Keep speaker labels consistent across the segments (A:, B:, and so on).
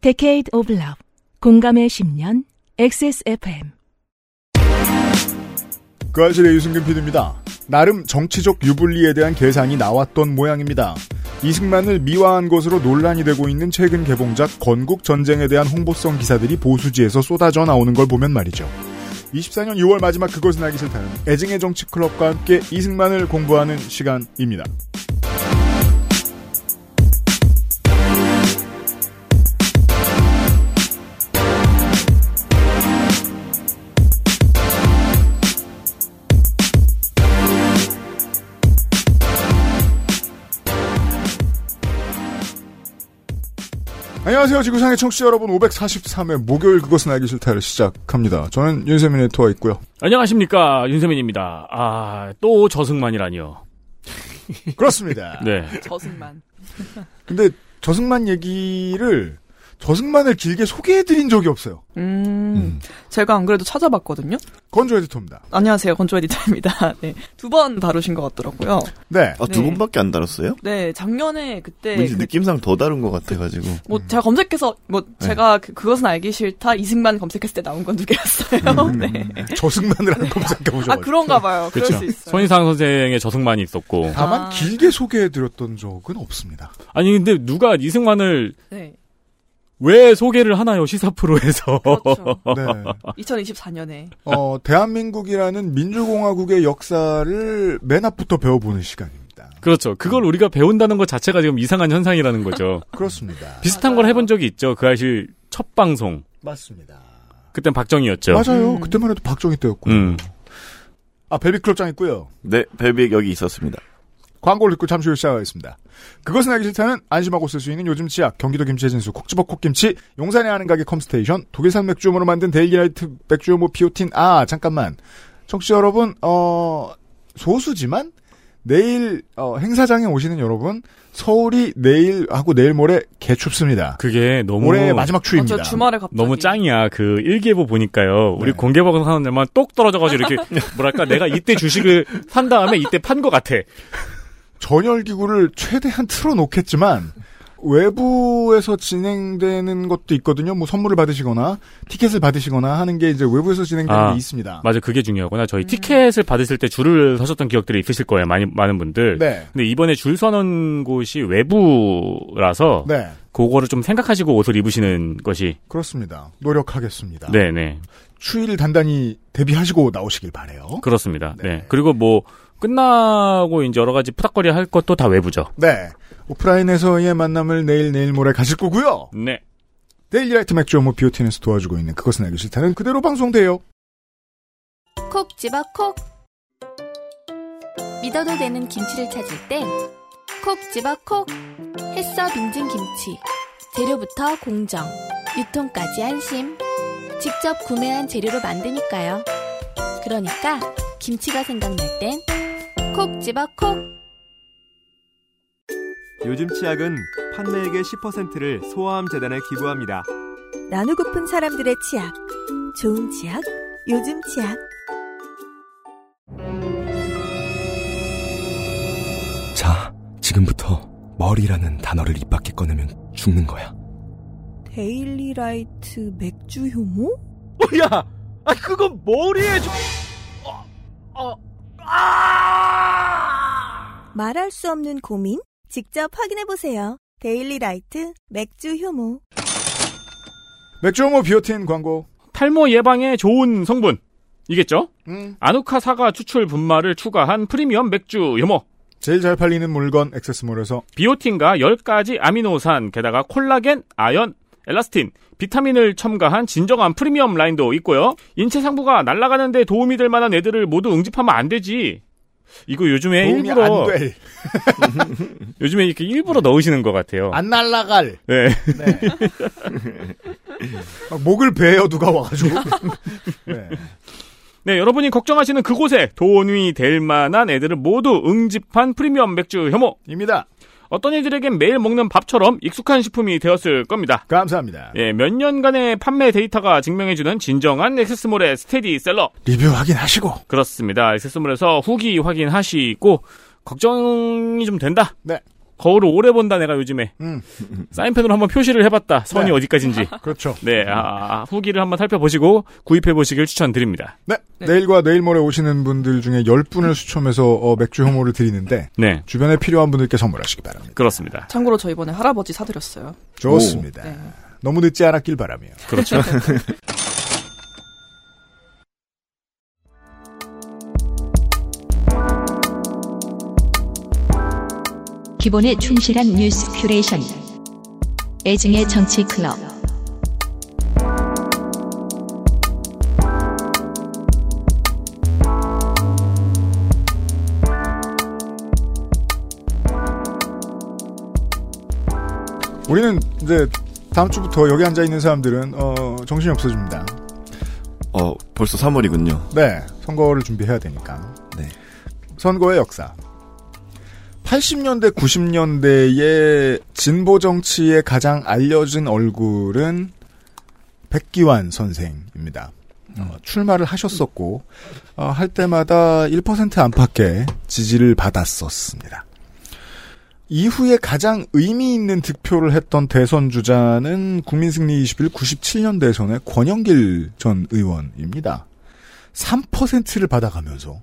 A: Decade of Love 공감의 10년 XSFM
B: 그 아실의 유승균 PD입니다. 나름 정치적 유불리에 대한 계산이 나왔던 모양입니다. 이승만을 미화한 것으로 논란이 되고 있는 최근 개봉작 건국 전쟁에 대한 홍보성 기사들이 보수지에서 쏟아져 나오는 걸 보면 말이죠. 24년 6월 마지막 그것은 알기 싫다는 애증의 정치 클럽과 함께 이승만을 공부하는 시간입니다. 안녕하세요. 지구상의 청취자 여러분 543회 목요일 그것은 알기 싫다를 시작합니다. 저는 윤세민 에토와 있고요.
C: 안녕하십니까 윤세민입니다. 아 또 저승만이라니요.
D: 아,
B: 그렇습니다.
C: 네.
D: 저승만.
B: 근데 저승만 얘기를 저승만을 길게 소개해드린 적이 없어요.
D: 음,
B: 음.
D: 제가 안 그래도 찾아봤거든요.
B: 건조 에디터입니다.
D: 안녕하세요. 건조 에디터입니다. 네. 두 번 다루신 것 같더라고요.
B: 네.
E: 아, 두
D: 네.
E: 번밖에 안 달았어요?
D: 네, 작년에 그때.
E: 왠지
D: 그-
E: 뭐 느낌상 더 다른 것 같아가지고.
D: 뭐, 제가 검색해서, 뭐, 제가 그, 것은 알기 싫다, 이승만 검색했을 때 나온 건 두
B: 음,
D: 개였어요. 네.
B: 저승만을 한번 검색해보죠.
D: 아, 그런가 봐요. 그럴
B: 그쵸.
D: 수 있어요.
C: 그렇죠. 손희상 선생의 저승만이 있었고
B: 다만
D: 아.
B: 길게 소개해드렸던 적은 없습니다.
C: 아니 근데 누가 이승만을
D: 네.
C: 왜 소개를 하나요 시사 프로에서
D: 그렇죠.
B: 네.
D: 2024년에.
B: 어, 대한민국이라는 민주공화국의 역사를 맨 앞부터 배워보는 시간입니다.
C: 그렇죠. 그걸 우리가 배운다는 것 자체가 지금 이상한 현상이라는 거죠.
B: 그렇습니다.
C: 비슷한
D: 맞아요.
C: 걸 해본 적이 있죠. 그 아실 첫 방송
B: 맞습니다.
C: 그땐 박정희였죠.
B: 맞아요.
D: 음.
B: 그때만 해도 박정희 때였고.
C: 음.
B: 아, 베비클럽장 있고요.
E: 네, 벨빅 여기 있었습니다.
B: 광고를 듣고 잠시 후에 시작하겠습니다. 그것은 알기 싫다는 안심하고 쓸 수 있는 요즘 치약 경기도 김치의 진수 콕지버 콕김치 용산에 아는 가게 컴스테이션 독일산 맥주음으로 만든 데일리라이트 맥주음료 비오틴 아 잠깐만 청취자 여러분 어 소수지만 내일 어, 행사장에 오시는 여러분 서울이 내일하고 내일 모레 개춥습니다.
C: 그게 너무
B: 올해 마지막
D: 아,
B: 추위입니다.
D: 저 주말에 갑자기.
C: 너무 짱이야. 그 일기예보 보니까요. 우리
B: 네.
C: 공개 방송 하는 데만 똑 떨어져가지고 이렇게 뭐랄까 내가 이때 주식을 산 다음에 이때 판 것 같아.
B: 전열기구를 최대한 틀어놓겠지만 외부에서 진행되는 것도 있거든요. 뭐 선물을 받으시거나 티켓을 받으시거나 하는 게 이제 외부에서 진행되는
C: 아.
B: 게 있습니다.
C: 맞아 그게 중요하구나. 저희 티켓을 받으실 때 줄을 서셨던 기억들이 있으실 거예요. 많이 많은 분들.
B: 네.
C: 근데 이번에 줄 서는 곳이 외부라서
B: 네.
C: 그거를 좀 생각하시고 옷을 입으시는 것이
B: 그렇습니다.
C: 아.
B: 노력하겠습니다.
C: 네네
B: 추위를 단단히 대비하시고 나오시길 바래요.
C: 그렇습니다. 네.
B: 네.
C: 그리고 뭐 끝나고 이제 여러 가지 푸닥거리 할 것도 다 외부죠.
B: 네. 오프라인에서의 만남을 내일 내일 모레 가실 거고요.
C: 네.
B: 데일리라이트 맥주 오모 비오틴에서 도와주고 있는 그것은 알기 싫다는 그대로 방송돼요.
F: 콕 집어 콕 믿어도 되는 김치를 찾을 땐 콕 집어 콕 햇서 빙진 김치 재료부터 공정 유통까지 안심 직접 구매한 재료로 만드니까요 그러니까 김치가 생각날 땐 콕 집어 콕
G: 요즘 치약은 판매액의 10%를 소아암 재단에 기부합니다.
H: 나누고픈 사람들의 치약. 좋은 치약, 요즘 치약.
I: 자, 지금부터 머리라는 단어를 입 밖에 꺼내면 죽는 거야.
H: 데일리라이트 맥주 효모?
C: 야, 아 그건 머리에
H: 말할 수 없는 고민? 직접 확인해보세요. 데일리라이트 맥주 효모.
B: 맥주 오모 비오틴 광고.
C: 탈모 예방에 좋은 성분 이겠죠?
B: 음.
C: 아누카 사과 추출 분말을 추가한 프리미엄 맥주 효모.
B: 제일 잘 팔리는 물건 액세스몰에서
C: 비오틴과 10가지 아미노산, 게다가 콜라겐, 아연, 엘라스틴, 비타민을 첨가한 진정한 프리미엄 라인도 있고요. 인체 상부가 날아가는 데 도움이 될 만한 애들을 모두 응집하면 안 되지. 이거 요즘에
B: 도움이
C: 일부러
B: 안 될,
C: 요즘에 이렇게 일부러 넣으시는 것 같아요.
B: 안 날라갈.
C: 네.
B: 네. 막 목을 베요 누가 와가지고. 네.
C: 네, 여러분이 걱정하시는 그곳에 돈이 될 만한 애들을 모두 응집한 프리미엄 맥주 혐오.
B: 입니다.
C: 어떤 이들에겐 매일 먹는 밥처럼 익숙한 식품이 되었을 겁니다.
B: 감사합니다.
C: 예, 몇 년간의 판매 데이터가 증명해주는 진정한 액세스몰의 스테디셀러.
B: 리뷰 확인하시고.
C: 그렇습니다. 액세스몰에서 후기 확인하시고 걱정이 좀 된다.
B: 네.
C: 거울을 오래 본다 내가 요즘에
B: 음.
C: 사인펜으로 한번 표시를 해봤다 선이
B: 네.
C: 어디까지인지
B: 그렇죠.
C: 네 아, 후기를 한번 살펴보시고 구입해보시길 추천드립니다
B: 네.
D: 네.
B: 내일과 내일 모레 오시는 분들 중에 10분을 추첨해서 어, 맥주 혐오를 드리는데
C: 네
B: 주변에 필요한 분들께 선물하시기 바랍니다.
C: 그렇습니다
D: 참고로 저 이번에 할아버지 사드렸어요.
B: 좋습니다.
D: 네.
B: 너무 늦지 않았길 바라며.
C: 그렇죠
J: 기본에 충실한 뉴스 큐레이션. 애증의 정치 클럽.
B: 우리는 이제 다음 주부터 여기 앉아 있는 사람들은 어, 정신이 없어집니다.
E: 어, 벌써 3월이군요.
B: 네, 선거를 준비해야 되니까.
E: 네.
B: 선거의 역사. 80년대, 90년대의 진보 정치의 가장 알려진 얼굴은 백기환 선생입니다. 어, 출마를 하셨었고 어, 할 때마다 1% 안팎의 지지를 받았었습니다. 이후에 가장 의미 있는 득표를 했던 대선 주자는 국민승리 21 97년 대선의 권영길 전 의원입니다. 3%를 받아가면서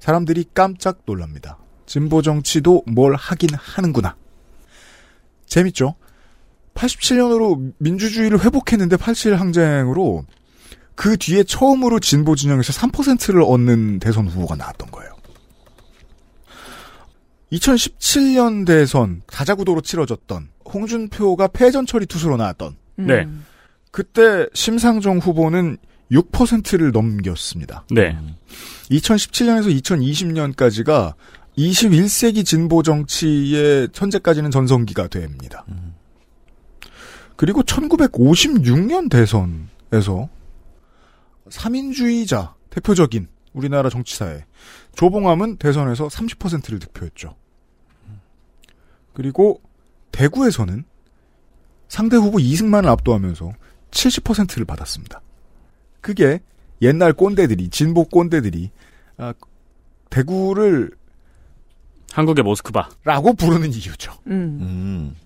B: 사람들이 깜짝 놀랍니다. 진보 정치도 뭘 하긴 하는구나. 재밌죠? 87년으로 민주주의를 회복했는데 87 항쟁으로 그 뒤에 처음으로 진보 진영에서 3%를 얻는 대선 후보가 나왔던 거예요. 2017년 대선 다자구도로 치러졌던 홍준표가 패전 처리 투수로 나왔던
D: 음.
C: 네.
B: 그때 심상정 후보는 6%를 넘겼습니다.
C: 네
B: 2017년에서 2020년까지가 21세기 진보 정치의 현재까지는 전성기가 됩니다. 그리고 1956년 대선에서 삼인주의자 대표적인 우리나라 정치사에 조봉암은 대선에서 30%를 득표했죠. 그리고 대구에서는 상대 후보 이승만을 압도하면서 70%를 받았습니다. 그게 옛날 꼰대들이 진보 꼰대들이 아, 대구를
C: 한국의 모스크바
B: 라고 부르는 이유죠.
D: 음.
E: 음.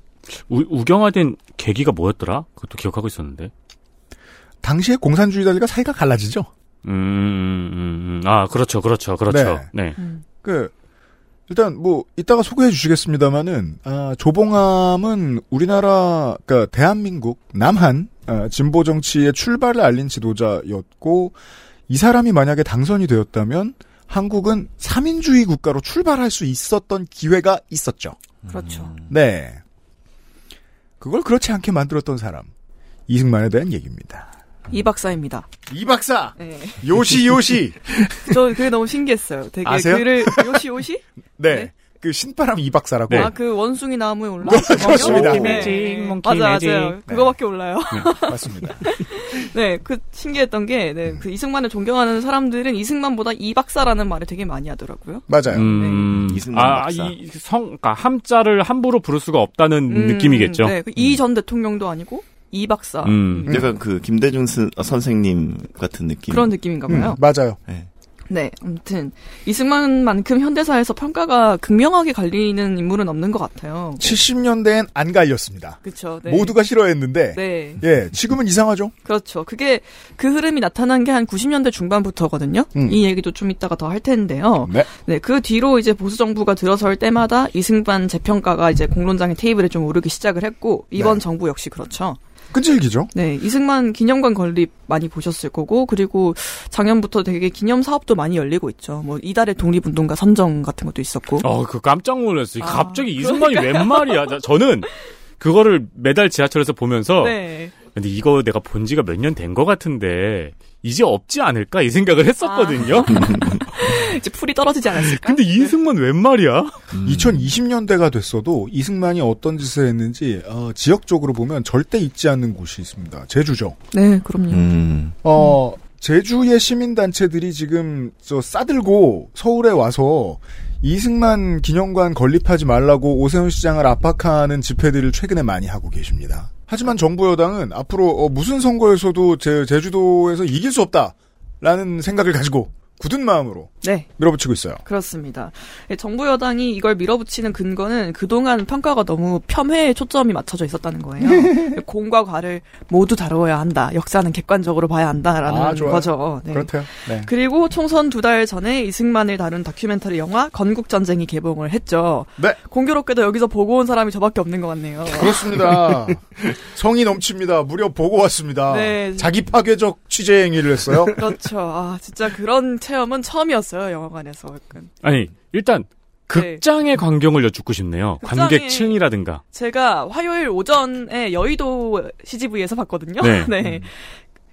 C: 우, 우경화된 계기가 뭐였더라 그것도 기억하고 있었는데
B: 당시에 공산주의자들과 사이가 갈라지죠.
C: 음, 음아 그렇죠 그렇죠 그렇죠 네,
D: 음.
B: 그 일단 뭐 이따가 소개해 주시겠습니다만은 아, 조봉암은 우리나라 그러니까 대한민국 남한 아, 진보 정치의 출발을 알린 지도자였고 이 사람이 만약에 당선이 되었다면 한국은 삼인주의 국가로 출발할 수 있었던 기회가 있었죠.
D: 그렇죠.
B: 네. 그걸 그렇지 않게 만들었던 사람. 이승만에 대한 얘기입니다.
D: 이 박사입니다.
B: 이 박사!
D: 네.
B: 요시, 요시!
D: 저 그게 너무 신기했어요. 되게
B: 아세요?
D: 글을 요시 요시?
B: 네.
D: 네.
B: 그 신바람 이 박사라고.
D: 아 그 원숭이 나무에 올라.
C: 뭐, 그렇죠.
B: 좋습니다.
D: 네.
C: 몽키
D: 네.
C: 매직,
D: 맞아
C: 몽키
D: 맞아요.
C: 매직.
D: 그거밖에 올라요.
B: 맞습니다.
D: 네, 그 신기했던 게, 네, 그 이승만을 존경하는 사람들은 이승만보다 이 박사라는 말을 되게 많이 하더라고요.
B: 맞아요.
C: 음,
E: 네, 이승만
C: 아,
E: 박사.
C: 이 성, 그니까 함자를 함부로 부를 수가 없다는
D: 음,
C: 느낌이겠죠.
D: 네, 이 전 대통령도 아니고 이 박사
C: 음.
E: 약간 그 김대중 스, 아, 선생님 같은 느낌.
D: 그런 느낌인가
B: 음,
D: 봐요.
B: 맞아요.
D: 네, 아무튼 이승만만큼 현대사에서 평가가 극명하게 갈리는 인물은 없는 것 같아요.
B: 70년대엔 안 갈렸습니다.
D: 그렇죠.
B: 모두가 싫어했는데.
D: 네,
B: 예, 지금은 이상하죠?
D: 그렇죠. 그게 그 흐름이 나타난 게 한 90년대 중반부터거든요.
B: 음.
D: 이 얘기도 좀 이따가 더 할 텐데요.
B: 네.
D: 네, 그 뒤로 이제 보수 정부가 들어설 때마다 이승만 재평가가 이제 공론장의 테이블에 좀 오르기 시작을 했고 이번
B: 네.
D: 정부 역시 그렇죠.
B: 끈질기죠?
D: 네, 이승만 기념관 건립 많이 보셨을 거고 그리고 작년부터 되게 기념 사업도 많이 열리고 있죠. 뭐 이달의 독립운동가 선정 같은 것도 있었고.
C: 어, 그 깜짝 놀랐어요.
D: 아,
C: 갑자기 이승만이 웬 말이야. 자, 저는 그거를 매달 지하철에서 보면서
B: 어.
D: 네.
C: 근데 이거 내가 본 지가 몇 년 된 것 같은데 이제 없지 않을까 이 생각을 했었거든요.
D: 아. 이제 풀이 떨어지지 않았을까?
C: 근데 이승만 웬 말이야?
B: 2020년대가 됐어도 이승만이 어떤 짓을 했는지, 어, 지역적으로 보면 절대 잊지 않는 곳이 있습니다. 제주죠.
D: 네, 그럼요.
E: 음.
B: 어, 제주의 시민단체들이 지금 저 싸들고 서울에 와서 이승만 기념관 건립하지 말라고 오세훈 시장을 압박하는 집회들을 최근에 많이 하고 계십니다. 하지만 정부 여당은 앞으로 어, 무슨 선거에서도 제, 제주도에서 이길 수 없다라는 생각을 가지고 굳은 마음으로
D: 네.
B: 밀어붙이고 있어요.
D: 그렇습니다. 예, 정부 여당이 이걸 밀어붙이는 근거는 그동안 평가가 너무 폄훼에 초점이 맞춰져 있었다는 거예요. 공과 과를 모두 다루어야 한다. 역사는 객관적으로 봐야 한다라는
B: 아, 좋아요.
D: 거죠. 네.
B: 그렇대요. 네.
D: 그리고 총선 두 달 전에 이승만을 다룬 다큐멘터리 영화 건국전쟁이 개봉을 했죠.
B: 네.
D: 공교롭게도 여기서 보고 온 사람이 저밖에 없는 것 같네요.
B: 그렇습니다. 성이 넘칩니다. 무려 보고 왔습니다.
D: 네.
B: 자기 파괴적 취재 행위를 했어요.
D: 그렇죠. 아, 진짜 그런 체험은 처음이었어요. 영화관에서. 약간.
C: 아니 일단 극장의 광경을 여쭙고 싶네요.
D: 네. 극장의- 아,
C: 관객층이라든가.
D: 제가 화요일 오전에 여의도 CGV에서 봤거든요.
C: 네.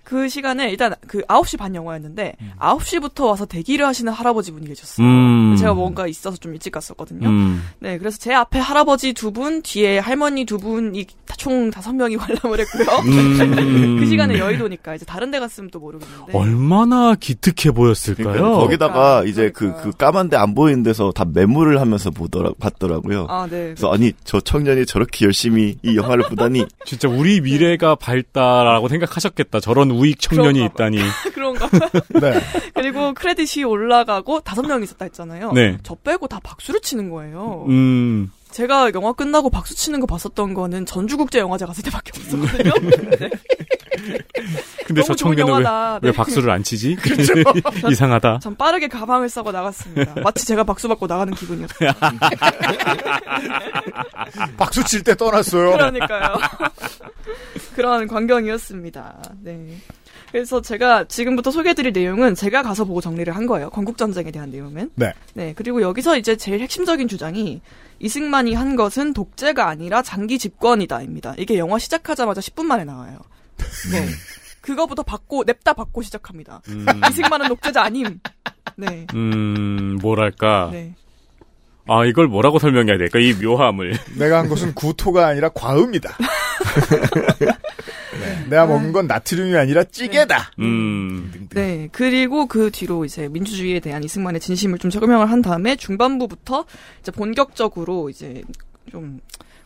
D: 그 시간에 일단 그 9시 반 영화였는데 9시부터 와서 대기를 하시는 할아버지 분이 계셨어요.
C: 음.
D: 제가 뭔가 있어서 좀 일찍 갔었거든요.
C: 음.
D: 네, 그래서 제 앞에 할아버지 두 분, 뒤에 할머니 두 분이 다- 총 다섯 명이 관람을 했고요.
C: 음.
D: 그 시간에 여의도니까 이제 다른 데 갔으면 또 모르겠는데.
C: 얼마나 기특해 보였을까요?
E: 그러니까 거기다가 이제 그,
D: 그러니까.
E: 그 까만데 안 보이는 데서 다 매물을 하면서 보더라, 봤더라고요.
D: 아, 네.
E: 그래서 아니, 저 청년이 저렇게 열심히 이 영화를 보다니.
C: 진짜 우리 미래가 밝다라고 생각하셨겠다. 저런 우익 청년이 있다니.
D: 그런가?
B: 네.
D: 그리고 크레딧이 올라가고 다섯 명 있었다 했잖아요.
C: 네.
D: 저 빼고 다 박수를 치는 거예요.
C: 음.
D: 제가 영화 끝나고 박수 치는 거 봤었던 거는 전주국제영화제 갔을 때밖에 없었거든요.
C: 근데 저
D: 너무 좋은
C: 청년은 왜,
D: 영화다.
C: 왜
D: 네. 그렇죠.
C: 박수를 안 치지? 이상하다.
D: 전 빠르게 가방을 싸고 나갔습니다. 마치 제가 박수 받고 나가는 기분이었어요.
B: 박수 칠 때 떠났어요.
D: 그러니까요. 그런 광경이었습니다. 네. 그래서 제가 지금부터 소개해드릴 내용은 제가 가서 보고 정리를 한 거예요. 건국전쟁에 대한 내용은.
B: 네.
D: 네. 그리고 여기서 이제 제일 핵심적인 주장이 이승만이 한 것은 독재가 아니라 장기 집권이다입니다. 이게 영화 시작하자마자 10분 만에 나와요. 네. 그거부터 받고, 냅다 받고 시작합니다.
C: 음.
D: 이승만은 독재자 아님. 네.
C: 음, 뭐랄까.
D: 네.
C: 아, 이걸 뭐라고 설명해야 될까? 이 묘함을.
B: 내가 한 것은 구토가 아니라 과음이다. 네. 내가 먹은 건 나트륨이 아니라 찌개다.
C: 음.
D: 네, 그리고 그 뒤로 이제 민주주의에 대한 이승만의 진심을 좀 설명을 한 다음에 중반부부터 이제 본격적으로 이제 좀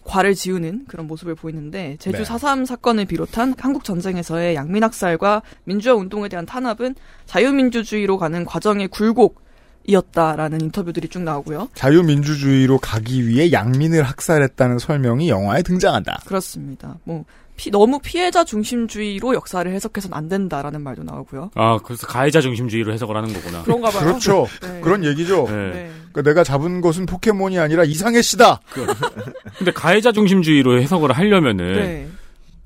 D: 과를 지우는 그런 모습을 보이는데 제주
B: 네.
D: 4.3 사건을 비롯한 한국 전쟁에서의 양민학살과 민주화 운동에 대한 탄압은 자유민주주의로 가는 과정의 굴곡이었다라는 인터뷰들이 쭉 나오고요.
B: 자유민주주의로 가기 위해 양민을 학살했다는 설명이 영화에 등장한다.
D: 그렇습니다. 뭐 피- 너무 피해자 중심주의로 역사를 해석해서는 안 된다라는 말도 나오고요.
C: 아, 그래서 가해자 중심주의로 해석을 하는 거구나.
D: 그런가 봐요.
B: 그렇죠.
D: 네.
B: 그런 얘기죠.
C: 네.
D: 네.
B: 그러니까 내가 잡은 것은 포켓몬이 아니라 이상해 씨다.
C: 근데 가해자 중심주의로 해석을 하려면은
D: 네.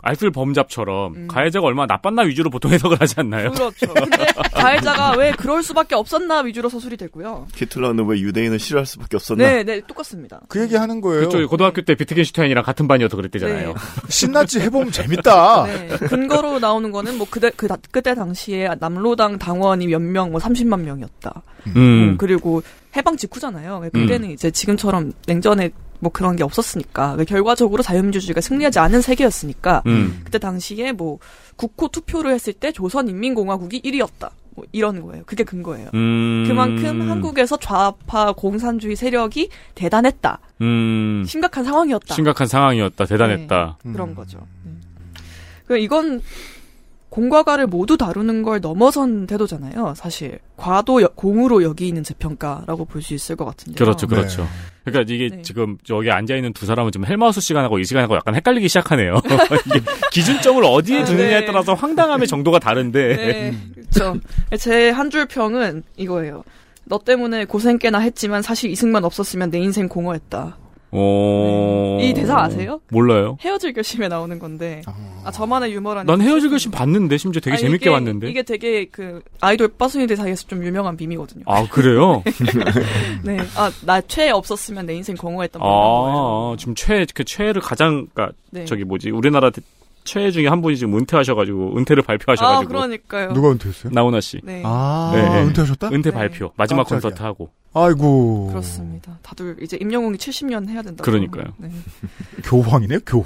C: 알쓸 범잡처럼
D: 음.
C: 가해자가 얼마나 나빴나 위주로 보통 해석을 하지 않나요?
D: 그렇죠. 근데 가해자가 왜 그럴 수밖에 없었나 위주로 서술이 되고요.
E: 히틀러는 왜 유대인을 싫어할 수밖에 없었나?
D: 네, 네, 똑같습니다.
B: 그 얘기 하는 거예요.
D: 그렇죠.
C: 그쪽이 고등학교 때 비트겐슈타인이랑 같은 반이어서 그랬대잖아요.
B: 신나지 해보면 재밌다.
D: 네, 근거로 나오는 거는 뭐 그때 그 다- 그때 당시에 남로당 당원이 몇 명 뭐 30만 명이었다. 음,
C: 음.
D: 그리고 해방 직후잖아요. 그때는 이제 지금처럼 냉전에 뭐 그런 게 없었으니까 결과적으로 자유민주주의가 승리하지 않은 세계였으니까
C: 음.
D: 그때 당시에 뭐 국호 투표를 했을 때 조선인민공화국이 1위였다. 뭐 이런 거예요. 그게 근거예요.
C: 음.
D: 그만큼 한국에서 좌파 공산주의 세력이 대단했다.
C: 음.
D: 심각한 상황이었다. 네.
C: 심각한 상황이었다. 대단했다.
D: 그런 거죠. 음. 그 이건 공과과를 모두 다루는 걸 넘어선 태도잖아요. 사실 과도 여- 공으로 여기는 재평가라고 볼 수 있을 것 같은데요.
C: 그렇죠, 그렇죠. 그러니까 이게
D: 네.
C: 지금 여기 앉아 있는 두 사람은 지금 헬마우스 시간하고 이 시간하고 약간 헷갈리기 시작하네요. 이게 기준점을 어디에
D: 아,
C: 두느냐에
D: 네.
C: 따라서 황당함의 정도가 다른데.
D: 네, 그렇죠. 제 한 줄 평은 이거예요. 너 때문에 고생 꽤나 했지만 사실 이승만 없었으면 내 인생 공허했다.
C: 어...
D: 이 대사 아세요?
C: 몰라요.
D: 헤어질 결심에 나오는 건데 아 저만의 유머라니.
C: 난 헤어질 결심 봤는데 심지어 되게
D: 아니,
C: 재밌게
D: 이게-
C: 봤는데.
D: 이게 되게 그 아이돌 빠순이들 사이에서 좀 유명한 밈이거든요.
C: 아 그래요?
D: 네. 아, 나 최애 없었으면 내 인생 공허했던
C: 음. 아,
D: 거예요.
C: 아, 지금 최, 그 최애를 가장, 그니까,
D: 네.
C: 저기 뭐지, 우리나라 대- 최애 중에 한 분이 지금 은퇴하셔가지고, 은퇴를
D: 아,
C: 발표하셔가지고.
D: 그러니까요.
B: 누가 은퇴했어요?
C: 나훈아 씨.
D: 네.
B: 아
C: 네, 네.
B: 은퇴하셨다?
C: 은퇴
D: 네.
C: 발표. 마지막
B: 깜짝이야.
C: 콘서트 하고.
B: 아이고
D: 그렇습니다. 다들 이제 임영웅이 70년 해야 된다.
C: 그러니까요.
D: 네.
B: 교황이네요 교황.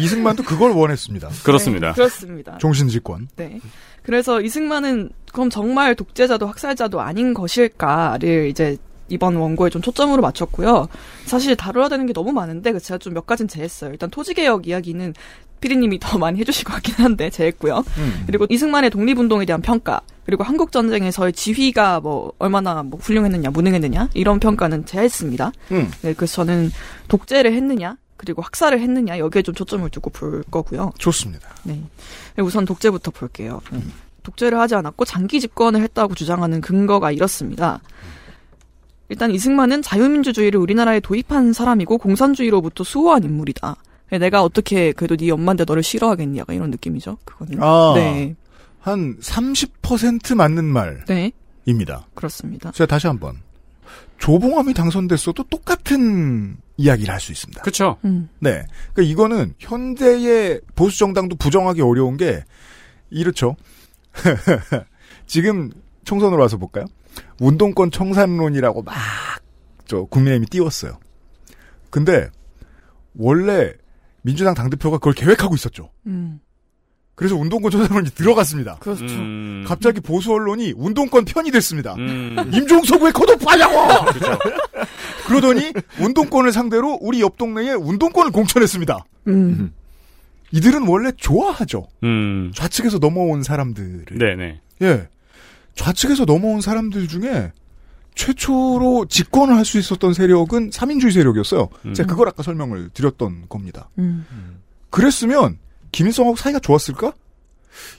B: 이승만도 그걸 원했습니다.
C: 그렇습니다.
D: 네, 그렇습니다.
B: 종신집권.
D: 네. 그래서 이승만은 그럼 정말 독재자도 학살자도 아닌 것일까를 이제 이번 원고에 좀 초점으로 맞췄고요. 사실 다뤄야 되는 게 너무 많은데 그 제가 좀 몇 가지는 제했어요. 일단 토지개혁 이야기는 피디님이 더 많이 해주실 것 같긴 한데 제했고요.
B: 음.
D: 그리고 이승만의 독립운동에 대한 평가, 그리고 한국 전쟁에서의 지휘가 뭐 얼마나 뭐 훌륭했느냐, 무능했느냐 이런 평가는 제했습니다.
B: 음.
D: 네, 그래서 저는 독재를 했느냐, 그리고 학살을 했느냐 여기에 좀 초점을 두고 볼 거고요.
B: 좋습니다.
D: 네. 우선 독재부터 볼게요.
B: 음.
D: 독재를 하지 않았고 장기 집권을 했다고 주장하는 근거가 이렇습니다. 일단 이승만은 자유민주주의를 우리나라에 도입한 사람이고 공산주의로부터 수호한 인물이다. 내가 어떻게 그래도 네 엄마인데 너를 싫어하겠냐 약간 이런 느낌이죠. 그거는.
B: 아.
D: 네.
B: 한 30% 맞는
D: 네.
B: 말입니다.
D: 그렇습니다.
B: 제가 다시 한번 조봉암이 당선됐어도 똑같은 이야기를 할 수 있습니다.
C: 그렇죠.
D: 음.
B: 네. 그러니까 이거는 현대의 보수 정당도 부정하기 어려운 게 이렇죠. 지금 총선으로 와서 볼까요? 운동권 청산론이라고 막 저 국민의힘이 띄웠어요. 근데 원래 민주당 당대표가 그걸 계획하고 있었죠.
D: 음.
B: 그래서 운동권 청산론이 들어갔습니다.
D: 그렇죠.
C: 음.
B: 갑자기 보수 언론이 운동권 편이 됐습니다.
C: 음. 그렇죠.
B: 임종석 왜 컷오프하냐고! 그러더니 운동권을 상대로 우리 옆 동네에 운동권을 공천했습니다.
D: 음.
B: 이들은 원래 좋아하죠.
C: 음.
B: 좌측에서 넘어온 사람들을.
C: 네네.
B: 예. 좌측에서 넘어온 사람들 중에 최초로 집권을 할 수 있었던 세력은 삼인주의 세력이었어요.
C: 음.
B: 제가 그걸 아까 설명을 드렸던 겁니다.
D: 음.
B: 그랬으면 김일성하고 사이가 좋았을까?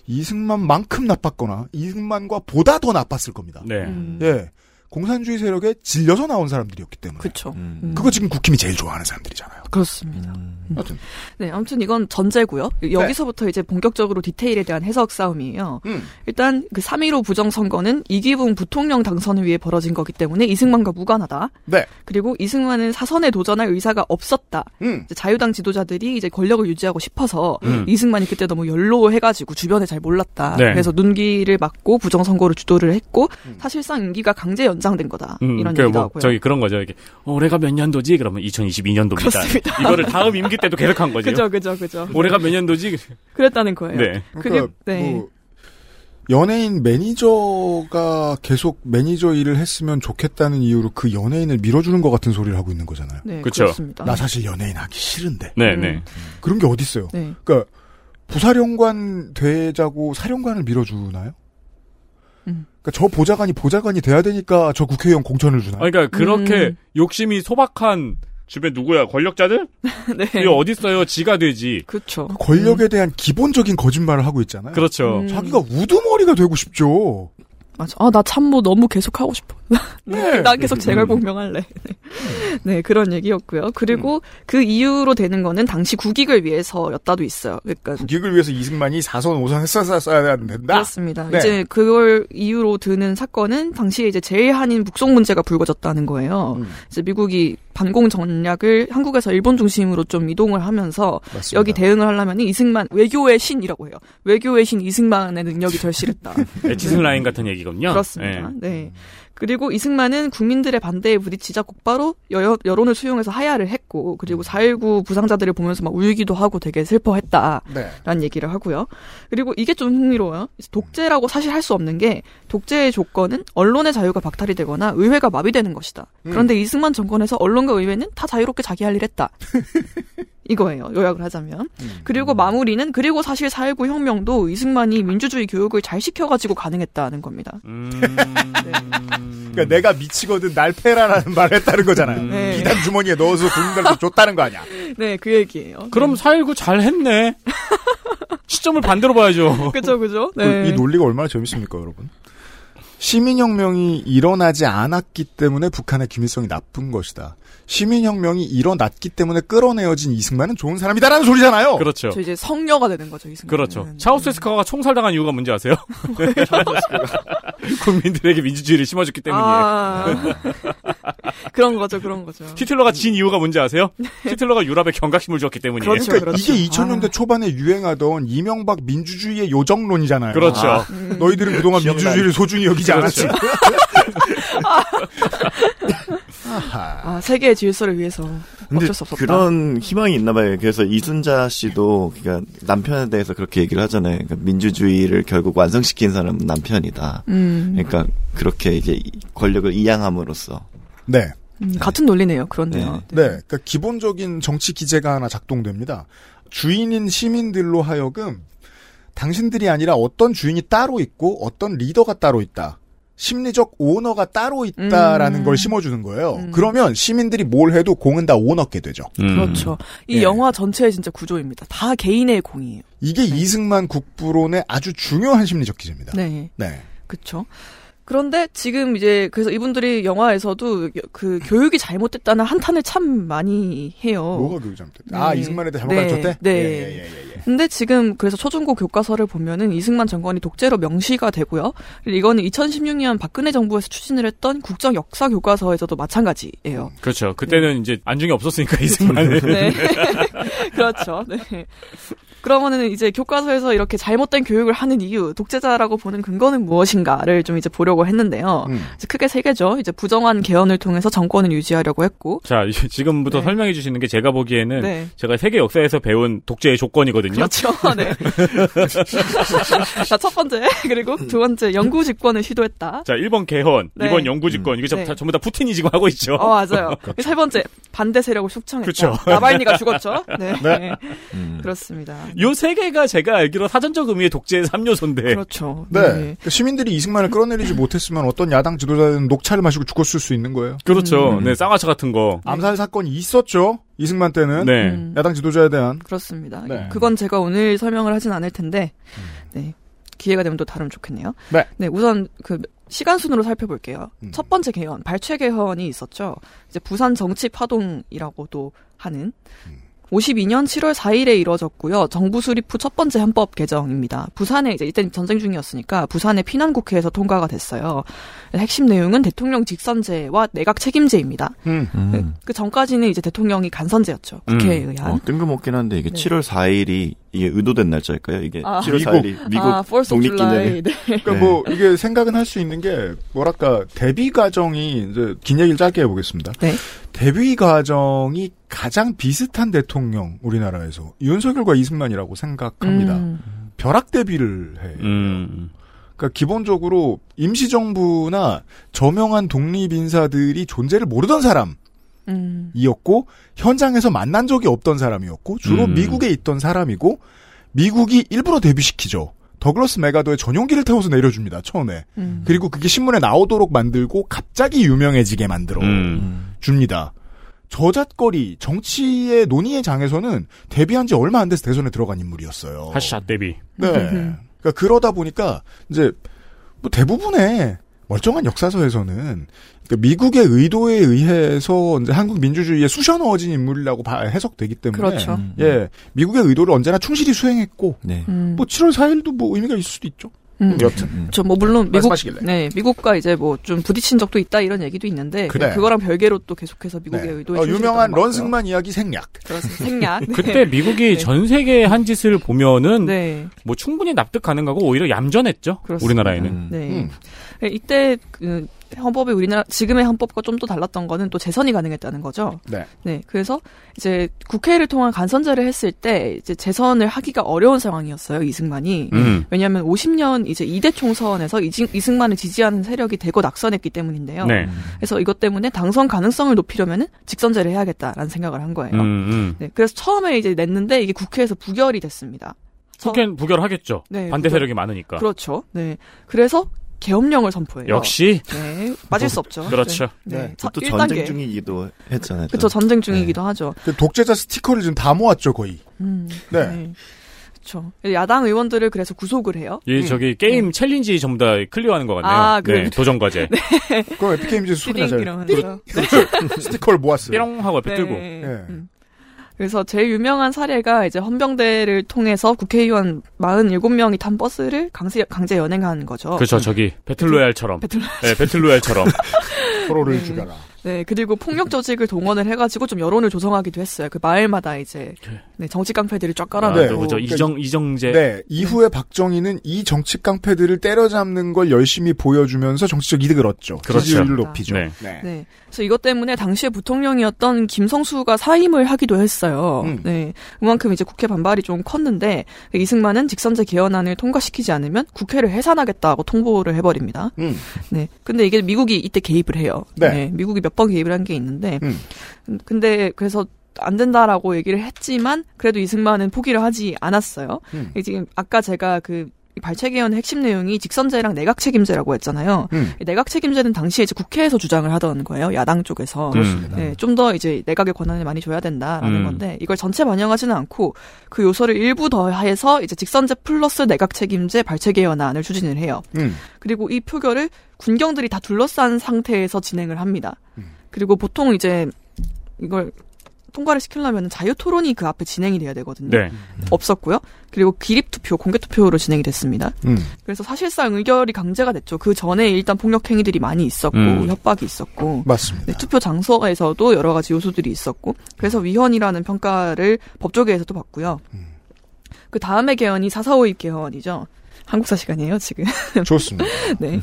B: 이승만만큼 나빴거나 이승만과 보다 더 나빴을 겁니다.
C: 네.
D: 음.
B: 예. 공산주의 세력에 질려서 나온 사람들이었기 때문에.
D: 그렇죠.
E: 음.
B: 그거 지금 음. 국힘이 제일 좋아하는 사람들이잖아요.
D: 그렇습니다.
B: 여튼. 네.
D: 네, 아무튼 이건 전제고요. 여기서부터 이제 본격적으로 디테일에 대한 해석 싸움이에요.
B: 음.
D: 일단 그 3.15 부정선거는 이기붕 부통령 당선을 위해 벌어진 거기 때문에 이승만과 무관하다.
B: 네.
D: 그리고 이승만은 사선에 도전할 의사가 없었다.
B: 음.
D: 이제 자유당 지도자들이 이제 권력을 유지하고 싶어서
C: 음.
D: 이승만이 그때 너무 연로해가지고 주변에 잘 몰랐다.
C: 네.
D: 그래서 눈길을 막고 부정선거를 주도를 했고 사실상 임기가 강제 연장된 거다.
C: 음,
D: 이런
C: 그
D: 얘기도
C: 뭐
D: 하고요.
C: 저기 그런 거죠. 이게 어, 올해가 몇 년도지? 그러면 2022년도입니다.
D: 그렇습니다.
C: 이거를 다음 임기 때도 계속 한 거죠.
D: 그죠, 그죠, 그죠.
C: 올해가 몇 년도지?
D: 그랬다는 거예요.
C: 네.
D: 그게 네.
B: 뭐 연예인 매니저가 계속 매니저 일을 했으면 좋겠다는 이유로 그 연예인을 밀어주는 것 같은 소리를 하고 있는 거잖아요.
D: 네,
C: 그쵸.
D: 그렇습니다.
B: 나 사실 연예인 하기 싫은데
C: 네,
D: 음.
C: 네.
B: 그런 게 어딨어요.
D: 네.
B: 그러니까 부사령관 되자고 사령관을 밀어주나요?
D: 음.
B: 그러니까 저 보좌관이 보좌관이 돼야 되니까 저 국회의원 공천을 주나요?
C: 아, 그러니까 그렇게
D: 음.
C: 욕심이 소박한 주변 누구야? 권력자들?
D: 네.
C: 이게 어딨어요? 지가 되지.
D: 그렇죠.
B: 권력에 대한 기본적인 거짓말을 하고 있잖아요.
C: 그렇죠.
D: 음.
B: 자기가 우두머리가 되고 싶죠.
D: 맞아. 아, 나 참모 너무 계속 하고 싶어.
B: 네.
D: 나 계속 재갈공명할래.
B: 음.
D: 네. 네, 그런 얘기였고요. 그리고 그 이유로 되는 거는 당시 국익을 위해서였다도 있어요. 그러니까
B: 국익을 위해서 이승만이 4선 5선 했어야 써야 된다.
D: 그렇습니다.
B: 네.
D: 이제 그걸 이유로 드는 사건은 당시에 이제 제일한인 북송 문제가 불거졌다는 거예요.
B: 음.
D: 이제 미국이 반공 전략을 한국에서 일본 중심으로 좀 이동을 하면서
B: 맞습니다.
D: 여기 대응을 하려면 이승만 외교의 신이라고 해요. 외교의 신 이승만의 능력이 절실했다.
C: 에치슨 네, 라인 같은 얘기거든요.
D: 그렇습니다.
C: 네.
D: 네. 그리고 이승만은 국민들의 반대에 부딪히자 곧바로 여, 론을 수용해서 하야를 했고 그리고 4.19 부상자들을 보면서 막 울기도 하고 되게 슬퍼했다라는
B: 네.
D: 얘기를 하고요. 그리고 이게 좀 흥미로워요. 독재라고 사실 할 수 없는 게 독재의 조건은 언론의 자유가 박탈이 되거나 의회가 마비되는 것이다. 그런데 이승만 정권에서 언론과 의회는 다 자유롭게 자기 할 일 했다. 이거예요. 요약을 하자면. 그리고 마무리는 그리고 사실 4.19 혁명도 이승만이 민주주의 교육을 잘 시켜가지고 가능했다는 겁니다.
C: 음.
D: 음.
B: 그러니까 내가 미치거든 날 패라라는 말을 했다는 거잖아요.
D: 네.
B: 비단 주머니에 넣어서 국민들한테 줬다는 거 아니야.
D: 네, 그 얘기예요.
C: 그럼 4.19 잘 했네. 시점을 반대로 봐야죠.
D: 그죠, 그죠.
B: 그-
D: 네.
B: 이 논리가 얼마나 재밌습니까, 여러분? 시민혁명이 일어나지 않았기 때문에 북한의 김일성이 나쁜 것이다. 시민혁명이 일어났기 때문에 끌어내어진 이승만은 좋은 사람이다라는 소리잖아요.
C: 그렇죠.
D: 어, 저 이제 성녀가 되는 음. 네. 거죠, 이 순간.
C: 그렇죠. 샤우스웨스카가 총살당한 이유가 뭔지 아세요? 국민들에게 민주주의를 심어줬기 때문이에요.
D: 아, 그런 거죠, 그런 거죠.
C: 히틀러가 진 이유가 뭔지 아세요? 히틀러가 유럽에 경각심을 줬기 때문이에요.
D: 네. 그렇죠.
B: 그러니까 이게
D: 그렇죠.
B: 2000년대 초반에 유행하던 이명박 민주주의의 요정론이잖아요.
C: 그렇죠.
B: 아, 너희들은 그동안
E: 기억나.
B: 민주주의를 소중히 여기지 않았지.
C: 그렇죠.
B: 아하.
D: 아, 세계의 질서를 위해서
E: 근데
D: 어쩔 수 없었다.
E: 그런 희망이 있나 봐요. 그래서 이순자 씨도 그러니까 남편에 대해서 그렇게 얘기를 하잖아요. 그러니까 민주주의를 결국 완성시킨 사람은 남편이다.
D: 음,
E: 그러니까 그렇게 이제 이- 권력을 이양함으로써
B: 네.
D: 음, 같은 논리네요. 그렇네요.
B: 네. 그러니까 기본적인 정치 기제가 하나 작동됩니다. 주인인 시민들로 하여금 당신들이 아니라 어떤 주인이 따로 있고 어떤 리더가 따로 있다. 심리적 오너가 따로 있다라는
D: 음.
B: 걸 심어주는 거예요.
D: 음.
B: 그러면 시민들이 뭘 해도 공은 다 오너께 되죠.
C: 음.
D: 그렇죠. 이
B: 예.
D: 영화 전체의 진짜 구조입니다. 다 개인의 공이에요.
B: 이게 이승만 국부론의 아주 중요한 심리적 기제입니다.
D: 네.
B: 네.
D: 그렇죠. 그런데 지금 이제 그래서 이분들이 영화에서도 여- 그 교육이 잘못됐다는 한탄을 참 많이 해요.
B: 뭐가 교육 잘못됐다? 아,
D: 어. 네.
B: 이승만에 대해 잘못
D: 네.
B: 가르쳤대?
D: 네.
B: 예, 예, 예, 예, 예.
D: 근데 지금 그래서 초중고 교과서를 보면은 이승만 장관이 독재로 명시가 되고요. 그리고 이거는 2016년 박근혜 정부에서 추진을 했던 국정 역사 교과서에서도 마찬가지예요.
C: 그렇죠. 그때는 이제 안중이 없었으니까 이승만은.
D: 네. 그렇죠. 네. 그러면은 이제 교과서에서 이렇게 잘못된 교육을 하는 이유, 독재자라고 보는 근거는 무엇인가를 좀 이제 보려고 했는데요.
B: 음.
D: 이제 크게 세 개죠. 이제 부정한 개헌을 통해서 정권을 유지하려고 했고.
C: 자, 이제 지금부터
D: 네.
C: 설명해 주시는 게 제가 보기에는
D: 네.
C: 제가 세계 역사에서 배운 독재의 조건이거든요.
D: 그렇죠. 네. 자, 첫 번째. 그리고 두 번째, 영구 집권을 시도했다.
C: 자, 1번 개헌,
D: 네.
C: 2번 영구 집권. 이게 저-
D: 네.
C: 다- 전부 다 푸틴이 지금 하고 있죠.
D: 어, 맞아요. 세 번째, 반대 세력을 숙청했다.
C: 그렇죠.
D: 나발니가 죽었죠. 네.
C: 네.
E: 음.
D: 그렇습니다.
C: 요 세 개가 제가 알기로 사전적 의미의 독재의 3요소인데.
D: 그렇죠.
B: 네. 그러니까 시민들이 이승만을 끌어내리지 못했으면 어떤 야당 지도자는 녹차를 마시고 죽었을 수 있는 거예요.
C: 그렇죠. 네, 쌍화차 같은 거.
B: 암살 사건이 있었죠. 이승만 때는
C: 네.
D: 음.
B: 야당 지도자에 대한
D: 그렇습니다.
B: 네. 음.
D: 그건 제가 오늘 설명을 하진 않을 텐데, 네. 기회가 되면 또 다루면 좋겠네요.
B: 네.
D: 우선 그 시간 순으로 살펴볼게요.
B: 음.
D: 첫 번째 개헌, 발췌 개헌이 있었죠. 이제 부산 정치 파동이라고도 하는
B: 음.
D: 52년 7월 4일에 이뤄졌고요. 정부 수립 후 첫 번째 헌법 개정입니다. 부산에 이제 이때 전쟁 중이었으니까 부산의 피난 국회에서 통과가 됐어요. 핵심 내용은 대통령 직선제와 내각 책임제입니다.
B: 음.
D: 그 전까지는 이제 대통령이 간선제였죠. 국회에 의한.
E: 어, 뜬금없긴 한데 이게
D: 네.
E: 7월 4일이 이게 의도된 날짜일까요? 이게
D: 아.
E: 7월
B: 미국.
E: 4일이 미국 어.
D: 아, 4th of
E: 독립기념일.
D: July. 네.
B: 그러니까 뭐 이게 생각은 할 수 있는 게 뭐랄까 데뷔 과정이 이제 긴 얘기를 짧게 해보겠습니다.
D: 네.
B: 데뷔 과정이 가장 비슷한 대통령 우리나라에서 윤석열과 이승만이라고 생각합니다.
D: 음.
B: 벼락 데뷔를 해.
C: 음.
B: 그러니까 기본적으로 임시정부나 저명한 독립 인사들이 존재를 모르던
D: 음.
B: 사람이었고 현장에서 만난 적이 없던 사람이었고 주로
C: 음.
B: 미국에 있던 사람이고 미국이 일부러 데뷔시키죠. 더글러스 메가더의 전용기를 태워서 내려줍니다. 처음에.
D: 음.
B: 그리고 그게 신문에 나오도록 만들고 갑자기 유명해지게 만들어
C: 음.
B: 줍니다. 저잣거리 정치의 논의의 장에서는 데뷔한 지 얼마 안 돼서 대선에 들어간 인물이었어요.
C: 핫샷 데뷔.
B: 네. 그러니까 그러다 보니까 이제 뭐 대부분의 멀쩡한 역사서에서는 그러니까 미국의 의도에 의해서 이제 한국 민주주의에 쑤셔 넣어진 인물이라고 봐- 해석되기 때문에
D: 그렇죠.
E: 음.
B: 예 미국의 의도를 언제나 충실히 수행했고
E: 네.
D: 음.
B: 뭐 7월 4일도 뭐 의미가 있을 수도 있죠.
D: 음.
B: 여튼
D: 저, 뭐, 물론, 미국,
B: 말씀하시길래.
D: 네, 미국과 이제 뭐, 좀 부딪힌 적도 있다, 이런 얘기도 있는데,
B: 그래.
D: 그, 거랑 별개로 또 계속해서 미국의
B: 네.
D: 의도에.
B: 어,
D: 충실했던
B: 유명한
D: 것 같고요.
B: 런승만 이야기 생략.
D: 그렇습니다. 생략. 네.
C: 그때 미국이
D: 네.
C: 전 세계의 한 짓을 보면은
D: 네,
C: 뭐 충분히 납득 가능하고 오히려 얌전했죠.
D: 그렇습니다.
C: 우리나라에는.
D: 네.
B: 음.
D: 네, 이때, 그, 헌법이 우리나라, 지금의 헌법과 좀 또 달랐던 거는 또 재선이 가능했다는 거죠.
B: 네.
D: 네. 그래서 이제 국회를 통한 간선제를 했을 때, 이제 재선을 하기가 어려운 상황이었어요, 이승만이.
C: 음.
D: 왜냐하면 50년 이제 2대 총선에서 이징- 이승만을 지지하는 세력이 대거 낙선했기 때문인데요.
C: 네.
D: 그래서 이것 때문에 당선 가능성을 높이려면 직선제를 해야겠다라는 생각을 한 거예요.
C: 음, 음.
D: 네, 그래서 처음에 이제 냈는데 이게 국회에서 부결이 됐습니다. 저-
C: 국회는 부결하겠죠.
D: 네,
C: 반대
D: 부결.
C: 세력이 많으니까.
D: 그렇죠. 네, 그래서 계엄령을 선포해요.
C: 역시
D: 네, 빠질 수 없죠.
C: 그렇죠.
D: 네, 네.
E: 또
D: 첫-
E: 전쟁
D: 1단계.
E: 중이기도 했잖아요.
D: 그렇죠. 전쟁 중이기도
C: 네.
D: 하죠.
B: 그 독재자 스티커를 지금 다 모았죠 거의.
D: 음,
B: 네.
D: 그렇죠. 야당 의원들을 그래서 구속을 해요.
C: 이 저기 게임 챌린지 전부 다 클리어하는 것 같네요.
D: 네. 아,
C: 네,
D: 그래요?
C: 도전 과제.
B: 그럼 에픽게임즈에서 소리나
D: 띠링
B: 잘 그렇죠.
D: 이러면서.
B: 스티커를 모았어요.
C: 삐롱 하고 옆에 들고.
D: 네.
B: 예.
D: 음. 그래서 제일 유명한 사례가 이제 헌병대를 통해서 국회의원 47명이 탄 버스를 강제, 강제 연행하는 거죠.
C: 그렇죠. 저기 배틀로얄처럼.
D: 어. 배틀로-
C: 네, 배틀로얄처럼.
B: 서로를 죽여라.
D: 네, 그리고 폭력 조직을 동원을 해가지고 좀 여론을 조성하기도 했어요. 그 마을마다 이제 네, 정치 깡패들이 쫙
C: 아,
D: 깔아놓고.
B: 네.
C: 누구죠? 이정 이정재.
B: 네, 이후에 박정희는 이 정치 깡패들을 때려잡는 걸 열심히 보여주면서 정치적 이득을 얻죠.
C: 그렇죠.
B: 지지율을 높이죠.
C: 네.
D: 네. 그래서 이것 때문에 당시에 부통령이었던 김성수가 사임을 하기도 했어요.
B: 음.
D: 네. 그만큼 이제 국회 반발이 좀 컸는데 이승만은 직선제 개헌안을 통과시키지 않으면 국회를 해산하겠다고 통보를 해버립니다.
B: 음.
D: 네. 근데 이게 미국이 이때 개입을 해요.
B: 네.
D: 미국이 몇 몇 번 개입을 한 게 있는데 근데 그래서 안 된다라고 얘기를 했지만 그래도 이승만은 포기를 하지 않았어요.
B: 음.
D: 이 지금 아까 제가 그 발췌개헌의 핵심 내용이 직선제랑 내각 책임제라고 했잖아요.
B: 음.
D: 이 내각 책임제는 당시에 이제 국회에서 주장을 하던 거예요. 야당 쪽에서. 네.
C: 그렇습니다.
D: 좀 더 이제 내각의 권한을 많이 줘야 된다라는
C: 음.
D: 건데 이걸 전체 반영하지는 않고 그 요소를 일부 더해서 이제 직선제 플러스 내각 책임제 발췌개헌안을 추진을 해요.
B: 음.
D: 그리고 이 표결을 군경들이 다 둘러싼 상태에서 진행을 합니다. 그리고 보통 이제 이걸 통과를 시키려면 자유 토론이 그 앞에 진행이 돼야 되거든요.
C: 네.
D: 없었고요. 그리고 기립 투표, 공개 투표로 진행이 됐습니다.
B: 음.
D: 그래서 사실상 의결이 강제가 됐죠. 그 전에 일단 폭력 행위들이 많이 있었고
B: 음.
D: 협박이 있었고
B: 맞습니다.
D: 네, 투표 장소에서도 여러 가지 요소들이 있었고 그래서 위헌이라는 평가를 법조계에서도 받고요. 그 다음의 개헌이 4.4.5입 개헌이죠. 한국사 시간이에요, 지금.
B: 좋습니다.
D: 네.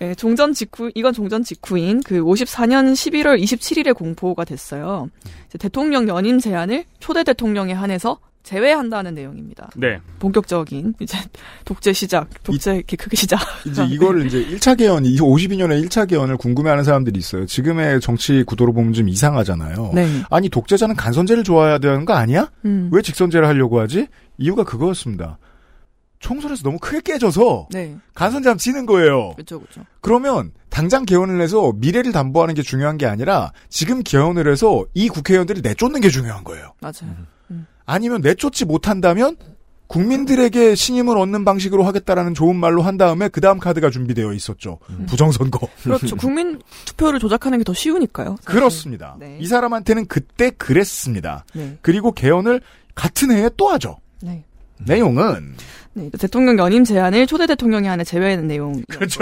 D: 예, 종전 직후, 이건 종전 직후인 그 54년 11월 27일에 공포가 됐어요. 이제 대통령 연임 제한을 초대 대통령에 한해서 제외한다는 내용입니다.
C: 네.
D: 본격적인 이제 독재 시작, 독재 이렇게 크게 시작.
B: 이제 이거를 이제 1차 개헌, 이 52년의 1차 개헌을 궁금해하는 사람들이 있어요. 지금의 정치 구도로 보면 좀 이상하잖아요.
D: 네.
B: 아니 독재자는 간선제를 좋아해야 되는 거 아니야?
D: 음.
B: 왜 직선제를 하려고 하지? 이유가 그거였습니다. 총선에서 너무 크게 깨져서
D: 네.
B: 간선제 하면 지는 거예요.
D: 그렇죠, 그렇죠.
B: 그러면 당장 개헌을 해서 미래를 담보하는 게 중요한 게 아니라 지금 개헌을 해서 이 국회의원들을 내쫓는 게 중요한 거예요.
D: 맞아요.
B: 아니면 내쫓지 못한다면 국민들에게 신임을 얻는 방식으로 하겠다라는 좋은 말로 한 다음에 그 다음 카드가 준비되어 있었죠. 부정선거.
D: 그렇죠. 국민 투표를 조작하는 게 더 쉬우니까요. 사실.
B: 그렇습니다.
D: 네.
B: 이 사람한테는 그때 그랬습니다.
D: 네.
B: 그리고 개헌을 같은 해에 또 하죠.
D: 네.
B: 음. 내용은
D: 네, 이제 대통령 연임 제한을 초대 대통령에 한해 제외하는 내용.
B: 그렇죠.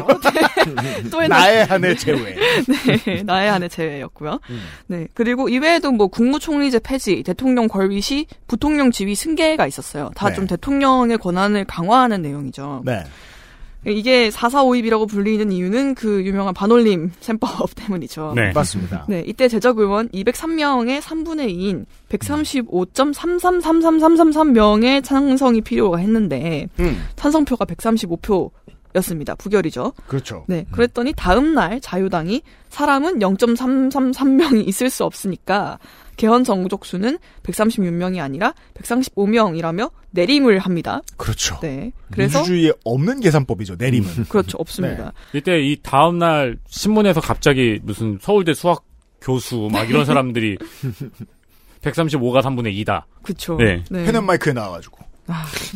D: 또 해놨-
B: 나의 한해 제외.
D: 네, 나의 안의 제외였고요.
B: 음.
D: 네, 그리고 이외에도 뭐 국무총리제 폐지, 대통령 걸위시, 부통령 지위 승계가 있었어요. 다
B: 네.
D: 좀 대통령의 권한을 강화하는 내용이죠.
B: 네.
D: 이게 4.4.5입이라고 불리는 이유는 그 유명한 반올림 셈법 때문이죠.
C: 네.
B: 맞습니다.
D: 네, 이때 제적 의원 203명의 3분의 2인 135.3333333명의 찬성이 필요가 했는데
B: 음,
D: 찬성표가 135표였습니다. 부결이죠.
B: 그렇죠.
D: 네, 그랬더니 다음 날 자유당이 사람은 0.333명이 있을 수 없으니까 개헌 정족수는 136명이 아니라 135명이라며 내림을 합니다.
B: 그렇죠.
D: 네, 그래서
B: 민주주의에 네. 없는 계산법이죠. 내림은.
D: 그렇죠 없습니다.
C: 이때 이 다음 날 신문에서 갑자기 무슨 서울대 수학 교수 막 이런 사람들이 135가 3분의 2다.
D: 그렇죠.
C: 네.
B: 해는 마이크에 나와가지고.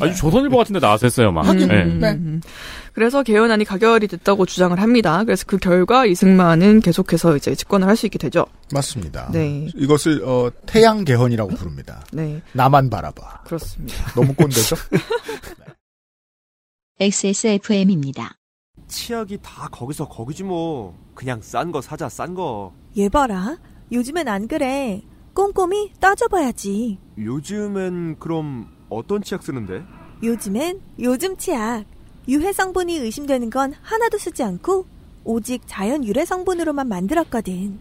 C: 아주 조선일보 같은데 나와서 했어요, 막.
D: 음,
B: 하긴,
C: 네.
B: 네.
D: 그래서 개헌안이 가결이 됐다고 주장을 합니다. 그래서 그 결과 이승만은 계속해서 이제 집권을 할 수 있게 되죠.
B: 맞습니다.
D: 네.
B: 이것을 어, 태양 개헌이라고 부릅니다.
D: 네,
B: 나만 바라봐.
D: 그렇습니다.
B: 너무 꼰대죠?
J: XSFM입니다.
G: 치약이 다 거기서 거기지 뭐. 그냥 싼 거 사자 싼 거.
H: 얘 봐라. 요즘엔 안 그래. 꼼꼼히 따져봐야지.
G: 요즘엔 그럼 어떤 치약 쓰는데?
H: 요즘엔 요즘 치약. 유해 성분이 의심되는 건 하나도 쓰지 않고 오직 자연 유래 성분으로만 만들었거든.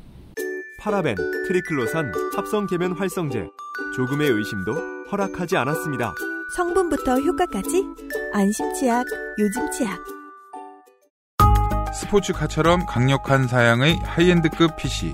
G: 파라벤, 트리클로산, 합성 계면 활성제. 조금의 의심도 허락하지 않았습니다.
H: 성분부터 효과까지 안심 치약, 요즘 치약.
K: 스포츠카처럼 강력한 사양의 하이엔드급 PC.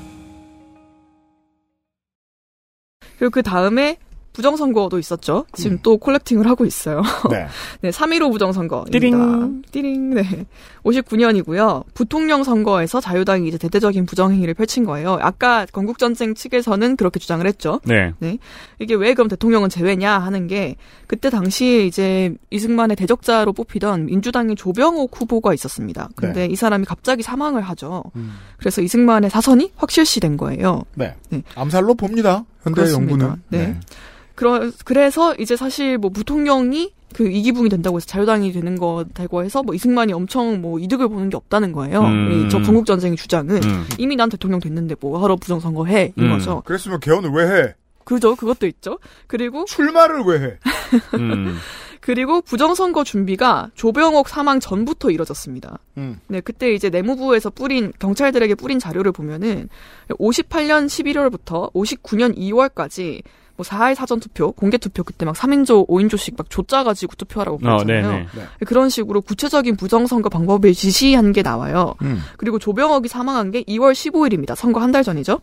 D: 그리고 그 다음에 부정선거도 있었죠.
B: 음.
D: 지금 또 콜렉팅을 하고 있어요.
B: 네.
D: 네, 3.15 부정선거입니다.
C: 띠링.
D: 띠링, 네. 59년이고요. 부통령 선거에서 자유당이 이제 대대적인 부정행위를 펼친 거예요. 아까 건국전쟁 측에서는 그렇게 주장을 했죠.
C: 네.
D: 이게 왜 그럼 대통령은 제외냐 하는 게 그때 당시에 이제 이승만의 대적자로 뽑히던 민주당의 조병옥 후보가 있었습니다. 근데
C: 네.
D: 이 사람이 갑자기 사망을 하죠.
C: 음.
D: 그래서 이승만의 사선이 확실시된 거예요.
B: 네.
D: 네.
B: 암살로 봅니다. 현대
D: 그렇습니다.
B: 연구는.
D: 네. 그러, 그래서 이제 사실 뭐 부통령이 그 이기붕이 된다고 해서 자유당이 되는 거 달고 해서 뭐 이승만이 엄청 뭐 이득을 보는 게 없다는 거예요.
B: 음.
D: 이 저 건국 전쟁의 주장은
B: 음.
D: 이미 난 대통령 됐는데 뭐 하러 부정선거 해 이런 거죠.
B: 그랬으면 개헌을 왜 해?
D: 그죠 그것도 있죠. 그리고
B: 출마를 왜 해?
C: 음.
D: 그리고 부정선거 준비가 조병옥 사망 전부터 이뤄졌습니다.
B: 음.
D: 네, 그때 이제 내무부에서 뿌린 경찰들에게 뿌린 자료를 보면은 58년 11월부터 59년 2월까지 뭐 4일 사전 투표, 공개 투표 그때 막 3인조, 5인조씩 막 조짜 가지고 투표하라고
C: 어,
D: 그랬잖아요.
C: 네네.
D: 그런 식으로 구체적인 부정선거 방법을 지시한 게 나와요. 그리고 조병옥이 사망한 게 2월 15일입니다. 선거 한 달 전이죠.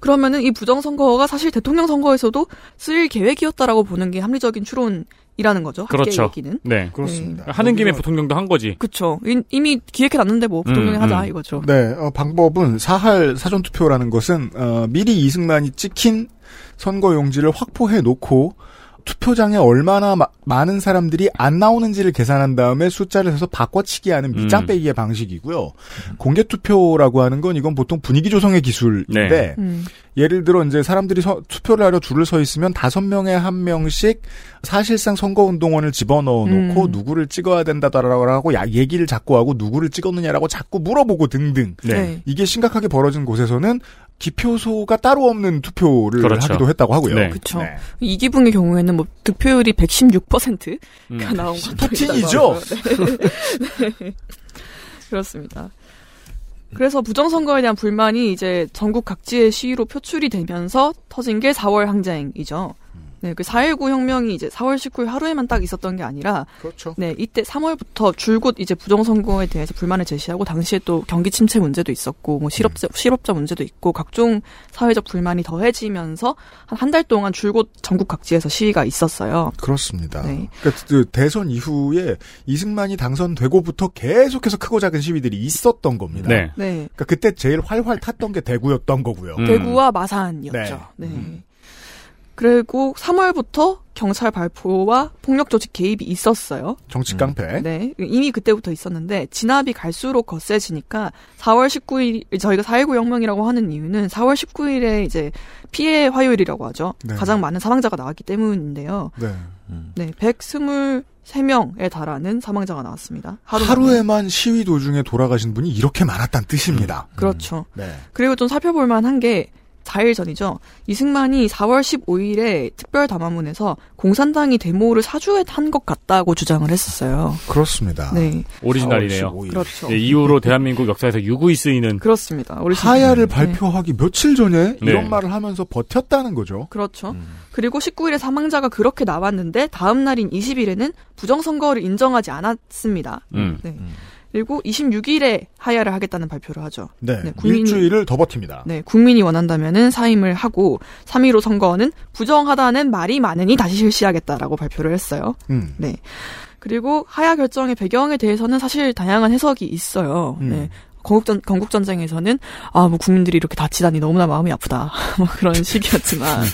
D: 그러면은 이 부정선거가 사실 대통령 선거에서도 쓸 계획이었다라고 보는 게 합리적인 추론이라는 거죠. 학계
C: 그렇죠.
D: 얘기는.
C: 네.
D: 그렇습니다.
C: 하는 김에 부통령도 한 거지.
D: 그쵸. 이- 이미 기획해놨는데 뭐 부통령이
C: 음,
D: 하자
C: 음.
D: 이거죠.
B: 네, 어, 방법은 사할 사전 투표라는 것은 어, 미리 이승만이 찍힌 선거 용지를 확보해 놓고 투표장에 얼마나 마- 많은 사람들이 안 나오는지를 계산한 다음에 숫자를 해서 바꿔치기하는 밑장
L: 음.
B: 빼기의 방식이고요. 공개 투표라고 하는 건 이건 보통 분위기 조성의 기술인데
L: 네. 음.
B: 예를 들어 이제 사람들이 서- 투표를 하러 줄을 서 있으면 다섯 명에 한 명씩 사실상 선거운동원을 집어넣어 놓고
L: 음.
B: 누구를 찍어야 된다더라고 야- 얘기를 자꾸 하고 누구를 찍었느냐라고 자꾸 물어보고 등등
L: 네.
B: 이게 심각하게 벌어진 곳에서는 기표소가 따로 없는 투표를
L: 그렇죠.
B: 하기도 했다고 하고요.
L: 네.
D: 그쵸. 이기붕의 경우에는 뭐 득표율이 116%가
B: 음.
D: 나온 것도
B: 폭진이죠?
D: 있다고 하고요. 네. 네. 그렇습니다. 그래서 부정선거에 대한 불만이 이제 전국 각지의 시위로 표출이 되면서 터진 게 4월 항쟁이죠. 네, 그 4.19 혁명이 이제 4월 19일 하루에만 딱 있었던 게 아니라,
B: 그렇죠.
D: 네, 이때 3월부터 줄곧 이제 부정선거에 대해서 불만을 제시하고, 당시에 또 경기 침체 문제도 있었고, 뭐 실업자, 실업자 문제도 있고, 각종 사회적 불만이 더해지면서 한 한 달 동안 줄곧 전국 각지에서 시위가 있었어요.
B: 그렇습니다.
D: 네.
B: 그러니까 그 대선 이후에 이승만이 당선되고부터 계속해서 크고 작은 시위들이 있었던 겁니다.
C: 네.
D: 네.
B: 그러니까 그때 제일 활활 탔던 게 대구였던 거고요.
D: 음.
L: 음.
D: 대구와 마산이었죠. 네. 그리고 3월부터 경찰 발포와 폭력 조직 개입이 있었어요.
B: 정치 깡패.
D: 네. 이미 그때부터 있었는데 진압이 갈수록 거세지니까 4월 19일 저희가 4.19 혁명이라고 하는 이유는 4월 19일에 이제 피해 화요일이라고 하죠.
L: 네.
D: 가장 많은 사망자가 나왔기 때문인데요.
B: 네.
D: 네. 123명에 달하는 사망자가 나왔습니다. 하루 만에.
B: 하루에만 시위 도중에 돌아가신 분이 이렇게 많았다는 뜻입니다.
D: 그렇죠.
B: 네.
D: 그리고 좀 살펴볼 만한 게 4일 전이죠. 이승만이 4월 15일에 특별 담화문에서 공산당이 데모를 사주에 한 것 같다고 주장을 했었어요.
B: 그렇습니다. 뭐
D: 네.
C: 오리지널이네요.
B: 예.
D: 4월 15일. 그렇죠.
C: 네, 이후로 대한민국 역사에서 유구히 쓰이는
D: 그렇습니다.
B: 하야를
D: 네.
B: 발표하기 며칠 전에
C: 네.
B: 이런 말을 하면서 버텼다는 거죠.
D: 그렇죠.
E: 음.
D: 그리고 19일에 사망자가 그렇게 나왔는데 다음 날인 20일에는 부정선거를 인정하지 않았습니다.
B: 음.
D: 네. 그리고 26일에 하야를 하겠다는 발표를 하죠.
B: 네.
D: 국민이-
B: 일주일을 더 버팁니다.
D: 네, 국민이 원한다면은 사임을 하고 3.15 선거는 부정하다는 말이 많으니 다시 실시하겠다라고 발표를 했어요.
B: 음.
D: 네. 그리고 하야 결정의 배경에 대해서는 사실 다양한 해석이 있어요.
B: 음.
D: 네. 건국전, 건국전쟁에서는, 아, 뭐, 국민들이 이렇게 다치다니 너무나 마음이 아프다. 뭐 그런 식이었지만.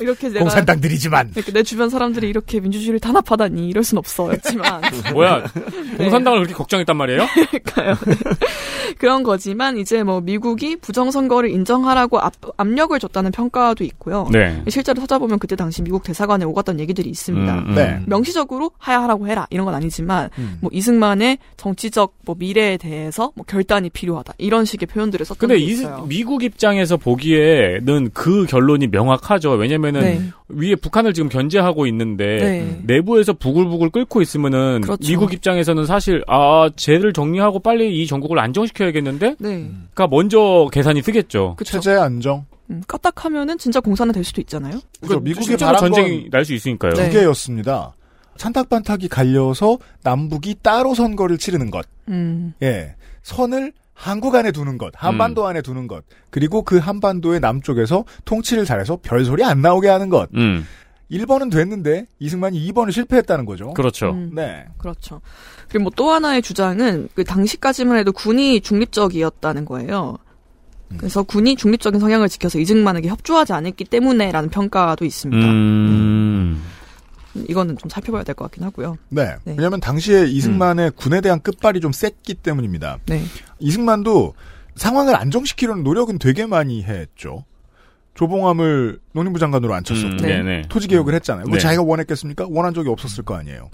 D: 이렇게 내가.
B: 음.
D: 네.
B: 공산당들이지만.
D: 이렇게 내 주변 사람들이 이렇게 민주주의를 탄압하다니 이럴 순 없어. 였지만.
C: 뭐야? 공산당을 그렇게 걱정했단 말이에요?
D: 그런 거지만 이제 뭐 미국이 부정선거를 인정하라고 압, 압력을 줬다는 평가도 있고요.
C: 네.
D: 실제로 찾아보면 그때 당시 미국 대사관에 오갔던 얘기들이 있습니다.
C: 음, 음. 네.
D: 명시적으로 하야하라고 해라 이런 건 아니지만
B: 음.
D: 뭐 이승만의 정치적 뭐 미래에 대해서 뭐 결단이 필요하다 이런 식의 표현들을 썼던
C: 근데
D: 게
C: 이,
D: 있어요.
C: 미국 입장에서 보기에는 그 결론이 명확하죠. 왜냐면은
D: 네.
C: 위에 북한을 지금 견제하고 있는데
D: 네.
C: 내부에서 부글부글 끓고 있으면은
D: 그렇죠.
C: 미국 입장에서는 사실 아 쟤를 정리하고 빨리 이 전국을 안정시켜야겠는데.
D: 네.
C: 그러니까 먼저 계산이 쓰겠죠.
B: 체제 안정.
D: 음, 까딱하면은 진짜 공산화 될 수도 있잖아요.
B: 그래서 그러니까 미국이
C: 실제로
B: 바란
C: 전쟁이 날 수 있으니까요.
D: 네.
B: 두 개였습니다. 찬탁반탁이 갈려서 남북이 따로 선거를 치르는 것.
D: 음.
B: 예. 선을 한국 안에 두는 것, 한반도
C: 음.
B: 안에 두는 것, 그리고 그 한반도의 남쪽에서 통치를 잘해서 별소리 안 나오게 하는 것.
C: 음.
B: 1번은 됐는데 이승만이 2번을 실패했다는 거죠.
C: 그렇죠.
D: 음.
B: 네.
D: 그렇죠. 그리고 뭐 또 하나의 주장은 그 당시까지만 해도 군이 중립적이었다는 거예요.
E: 음.
D: 그래서 군이 중립적인 성향을 지켜서 이승만에게 협조하지 않았기 때문에라는 평가도 있습니다.
E: 음.
D: 이거는 좀 살펴봐야 될 것 같긴 하고요.
B: 네. 왜냐하면 당시에 이승만의 군에 대한 끝발이 좀 셌기 때문입니다.
D: 네.
B: 이승만도 상황을 안정시키려는 노력은 되게 많이 했죠. 조봉암을 농림부 장관으로 앉혔었고
D: 그렇죠.
C: 음, 네네.
B: 토지 개혁을 했잖아요. 뭐
C: 네.
B: 자기가 원했겠습니까? 원한 적이 없었을 거 아니에요.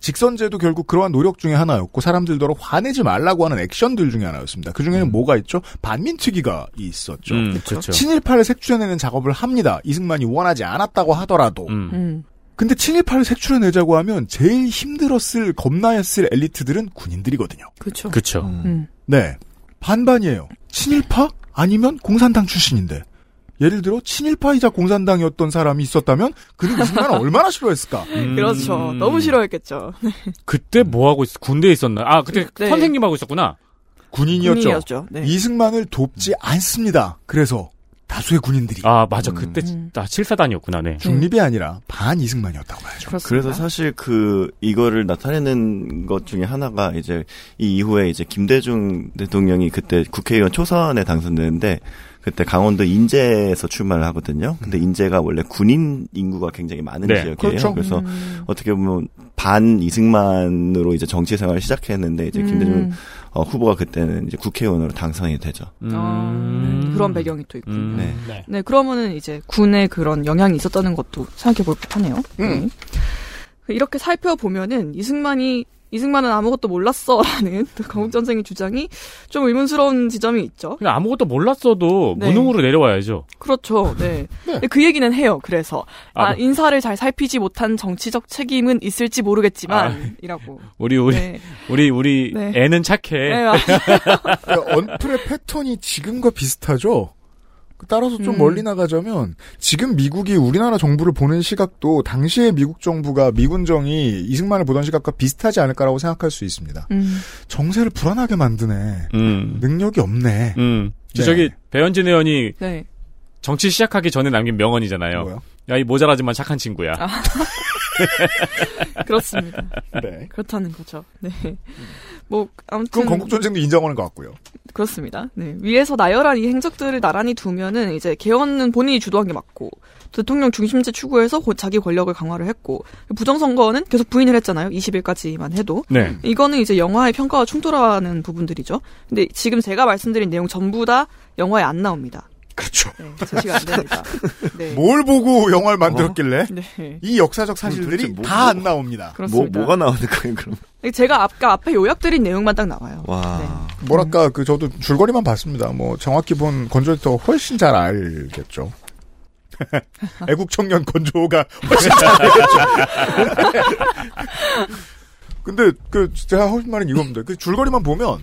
B: 직선제도 결국 그러한 노력 중에 하나였고 사람들더러 화내지 말라고 하는 액션들 중에 하나였습니다. 그 중에는 뭐가 있죠? 반민특위가 있었죠.
C: 음, 그렇죠.
B: 친일파를 색출해내는 작업을 합니다. 이승만이 원하지 않았다고 하더라도.
C: 음.
E: 음.
D: 음.
B: 근데 친일파를 색출해내자고 하면 제일 힘들었을 겁나했을 엘리트들은 군인들이거든요.
D: 그렇죠.
C: 그렇죠.
B: 네. 반반이에요. 친일파 아니면 공산당 출신인데. 예를 들어 친일파이자 공산당이었던 사람이 있었다면 그는 이승만을 얼마나 싫어했을까?
E: 음.
D: 그렇죠. 너무 싫어했겠죠.
C: 음. 그때 뭐 하고 있 군대에 있었나? 아 그때
D: 네.
C: 선생님하고 있었구나.
B: 군인이었죠.
D: 군인이었죠. 네.
B: 이승만을 돕지 않습니다. 그래서 다수의 군인들이
C: 아 맞아 그때
D: 음.
C: 나 칠사단이었구나. 네.
B: 중립이 아니라 반 이승만이었다고 봐야죠.
E: 그래서 사실 그 이거를 나타내는 것 중에 하나가 이제 이 이후에 이제 김대중 대통령이 그때 국회의원 초선에 당선되는데 그때 강원도 인제에서 출마를 하거든요. 근데 인제가 원래 군인 인구가 굉장히 많은
C: 네.
E: 지역이에요.
C: 그렇죠.
E: 그래래서
D: 음.
E: 어떻게 보면 반 이승만으로 이제 정치 생활을 시작했는데 이제 김대중
D: 음.
E: 어, 후보가 그때는 이제 국회의원으로 당선이 되죠.
C: 음.
D: 음, 그런 배경이 또 있군요.
E: 음. 네.
D: 네. 그러면은 이제 군에 그런 영향이 있었다는 것도 생각해 볼
B: 음.
D: 법하네요. 네. 이렇게 살펴보면은 이승만이 이승만은 아무것도 몰랐어라는 또 강국전생의 주장이 좀 의문스러운 지점이 있죠.
C: 그냥 아무것도 몰랐어도
D: 네.
C: 무능으로 내려와야죠.
D: 그렇죠. 네. 근데 그 얘기는 해요. 그래서 아,
C: 네.
D: 인사를 잘 살피지 못한 정치적 책임은 있을지 모르겠지만
C: 아.
D: 이라고.
C: 우리 우리
D: 네.
C: 우리 우리
D: 네.
C: 애는 착해.
D: 네, 맞아요.
B: 그러니까 언플의 패턴이 지금과 비슷하죠. 따라서 좀
D: 음.
B: 멀리 나가자면 지금 미국이 우리나라 정부를 보는 시각도 당시의 미국 정부가 미군정이 이승만을 보던 시각과 비슷하지 않을까라고 생각할 수 있습니다.
D: 음.
B: 정세를 불안하게 만드네.
C: 음.
B: 능력이 없네.
C: 음. 저-
B: 네.
C: 저기 배현진 의원이
D: 네.
C: 정치 시작하기 전에 남긴 명언이잖아요. 야 이 모자라지만 착한 친구야.
D: 아. 그렇습니다.
B: 네.
D: 그렇다는 거죠. 네.
C: 음.
D: 뭐 아무튼
B: 그건 건국전쟁도 인정하는 것 같고요.
D: 그렇습니다. 네. 위에서 나열한 이 행적들을 나란히 두면은 이제 개헌은 본인이 주도한 게 맞고 대통령 중심제 추구해서 곧 자기 권력을 강화를 했고 부정선거는 계속 부인을 했잖아요. 20일까지만 해도.
C: 네.
D: 이거는 이제 영화의 평가와 충돌하는 부분들이죠. 근데 지금 제가 말씀드린 내용 전부 다 영화에 안 나옵니다.
B: 그렇죠.
D: 네, 제시가 안 됩니다. 네.
B: 뭘 보고 영화를 만들었길래
D: 네.
B: 이 역사적 사실들이
E: 도대체 뭐-
B: 다 안 나옵니다.
D: 그렇습니다.
E: 뭐 뭐가 나오는 거예요, 그럼?
D: 제가 아까 앞에 요약드린 내용만 딱 나와요.
E: 와.
B: 뭐랄까 그 저도 줄거리만 봤습니다. 뭐 정확히 본 건조부터 훨씬 잘 알겠죠. 애국 청년 건조가 훨씬 잘 알겠죠. 근데 그 제가 하신 말은 이겁니다. 그 줄거리만 보면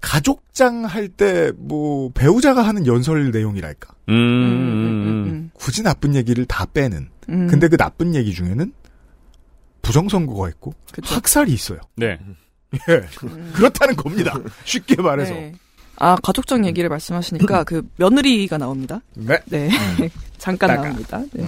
B: 가족장 할 때 뭐 배우자가 하는 연설 내용이랄까
C: 음. 음.
B: 굳이 나쁜 얘기를 다 빼는.
D: 음.
B: 근데 그 나쁜 얘기 중에는 부정선거가 있고
D: 그쵸.
B: 학살이 있어요.
C: 네.
B: 예. 그렇다는 겁니다. 쉽게 말해서.
D: 네. 아 가족적 얘기를 말씀하시니까 그 며느리가 나옵니다.
B: 네.
D: 네. 잠깐
B: 따가.
D: 나옵니다. 네.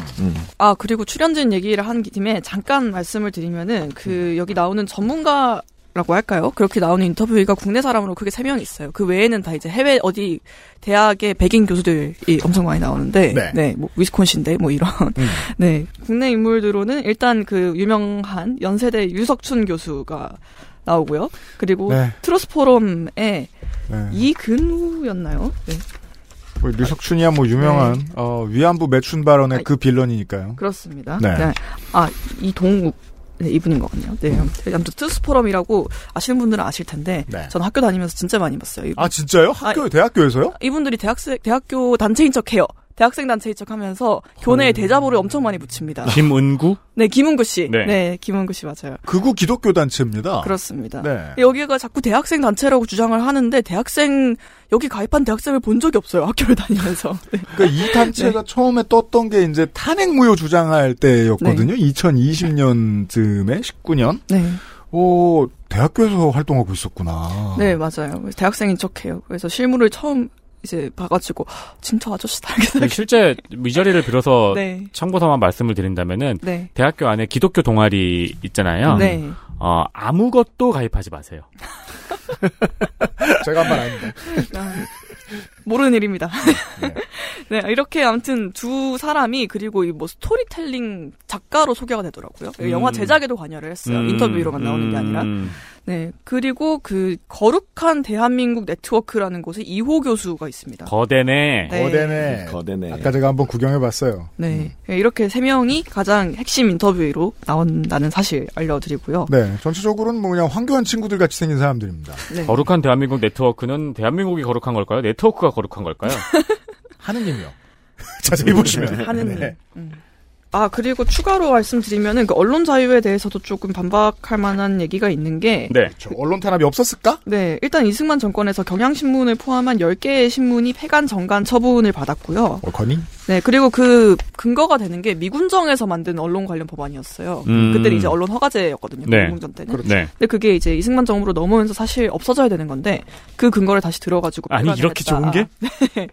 D: 아 그리고 출연진 얘기를 한 김에 잠깐 말씀을 드리면은 그 여기 나오는 전문가 라고 할까요? 그렇게 나오는 인터뷰가 국내 사람으로 크게 세 명 있어요. 그 외에는 다 이제 해외 어디 대학의 백인 교수들이 엄청 많이 나오는데,
L: 네.
D: 뭐 위스콘신데 뭐 이런, 네 국내 인물들로는 일단 그 유명한 연세대 유석춘 교수가 나오고요. 그리고
B: 네.
D: 트러스포럼에
B: 네.
D: 이근우였나요? 네.
B: 뭐 류석춘이야 뭐 유명한 어, 위안부 매춘 발언의 그 빌런이니까요.
D: 그렇습니다.
B: 네.
D: 네. 아, 이동욱. 네, 이분인 것 같네요. 네.
B: 음.
D: 아무튼 아무튼 트스포럼이라고 아시는 분들은 아실 텐데, 저는 학교 다니면서 진짜 많이 봤어요. 이분.
B: 네. 아 진짜요? 학교 대학교에서요?
D: 이분들이 대학생, 대학교 단체인 척 해요. 대학생 단체인 척 하면서
B: 음.
D: 교내에 대자보를 엄청 많이 붙입니다.
C: 김은구?
D: 네, 김은구 씨.
B: 네.
D: 네, 김은구 씨 맞아요.
B: 극우 기독교 단체입니다.
D: 그렇습니다.
B: 네.
D: 여기가 자꾸 대학생 단체라고 주장을 하는데, 대학생, 여기 가입한 대학생을 본 적이 없어요. 학교를 다니면서. 네.
B: 그러니까 이 단체가 처음에 떴던 게 이제 탄핵 무효 주장할 때였거든요. 2020년쯤에 19년.
D: 네.
B: 오 대학교에서 활동하고 있었구나.
D: 네, 맞아요. 그래서 대학생인 척해요. 그래서 실물을 처음 이제 봐가지고 진짜 아저씨다.
C: 근데 그 실제 이 자리를 빌어서
D: 네.
C: 참고서만 말씀을 드린다면은
D: 네.
C: 대학교 안에 기독교 동아리 있잖아요.
D: 네.
C: 어, 아무것도 가입하지 마세요.
B: 제가 한 말 아닙니다.
D: 아, 모르는 일입니다. 네, 이렇게 아무튼 두 사람이 그리고 이 뭐 스토리텔링 작가로 소개가 되더라고요.
C: 음.
D: 영화 제작에도 관여를 했어요.
C: 음,
D: 인터뷰로만 나오는 게 아니라.
C: 음.
D: 네. 그리고 그 거룩한 대한민국 네트워크라는 곳에 이호 교수가 있습니다.
C: 거대네.
D: 네. 거대네.
E: 거대네.
B: 아까 제가 한번 구경해봤어요.
C: 음.
D: 네. 이렇게 세 명이 가장 핵심 인터뷰로 나온다는 사실 알려드리고요.
B: 네, 전체적으로는 뭐 그냥 황교안 친구들 같이 생긴 사람들입니다.
D: 네.
C: 거룩한 대한민국 네트워크는 대한민국이 거룩한 걸까요? 네트워크가 거룩한 걸까요?
B: 하느님이요. 자세히 보시면. 네.
D: 하느님. 아 그리고 추가로 말씀드리면은 그 언론 자유에 대해서도 조금 반박할 만한 얘기가 있는 게
C: 네.
B: 언론 탄압이 없었을까?
D: 네, 일단 이승만 정권에서 경향신문을 포함한 10개의 신문이 폐간 정간 처분을 받았고요.
B: 월커닝?
D: 네, 그리고 그 근거가 되는 게 미군정에서 만든 언론 관련 법안이었어요.
C: 음.
D: 그때는 이제 언론 허가제였거든요.
C: 네.
D: 공공전 때는.
C: 그렇죠. 네.
D: 근데 그게 이제 이승만 정부로 넘어오면서 사실 없어져야 되는 건데 그 근거를 다시 들어가지고
C: 아니, 이렇게 좋은
D: 폐간을
C: 게?
D: 했다.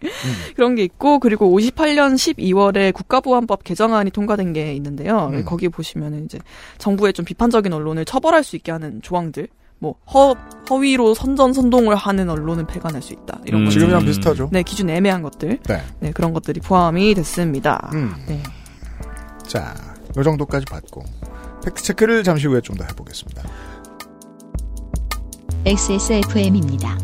D: 그런 게 있고 그리고 58년 12월에 국가보안법 개정안이 통과된 게 있는데요.
B: 음.
D: 거기 보시면은 이제 정부의 좀 비판적인 언론을 처벌할 수 있게 하는 조항들, 뭐 허 허위로 선전 선동을 하는 언론은 폐간할 수 있다 이런
B: 음,
D: 것
B: 지금이랑 비슷하죠.
D: 네 기준 애매한 것들,
B: 네.
D: 네 그런 것들이 포함이 됐습니다.
B: 음.
D: 네.
B: 자, 요 정도까지 봤고 팩트 체크를 잠시 후에 좀 더 해보겠습니다.
J: XSFM입니다.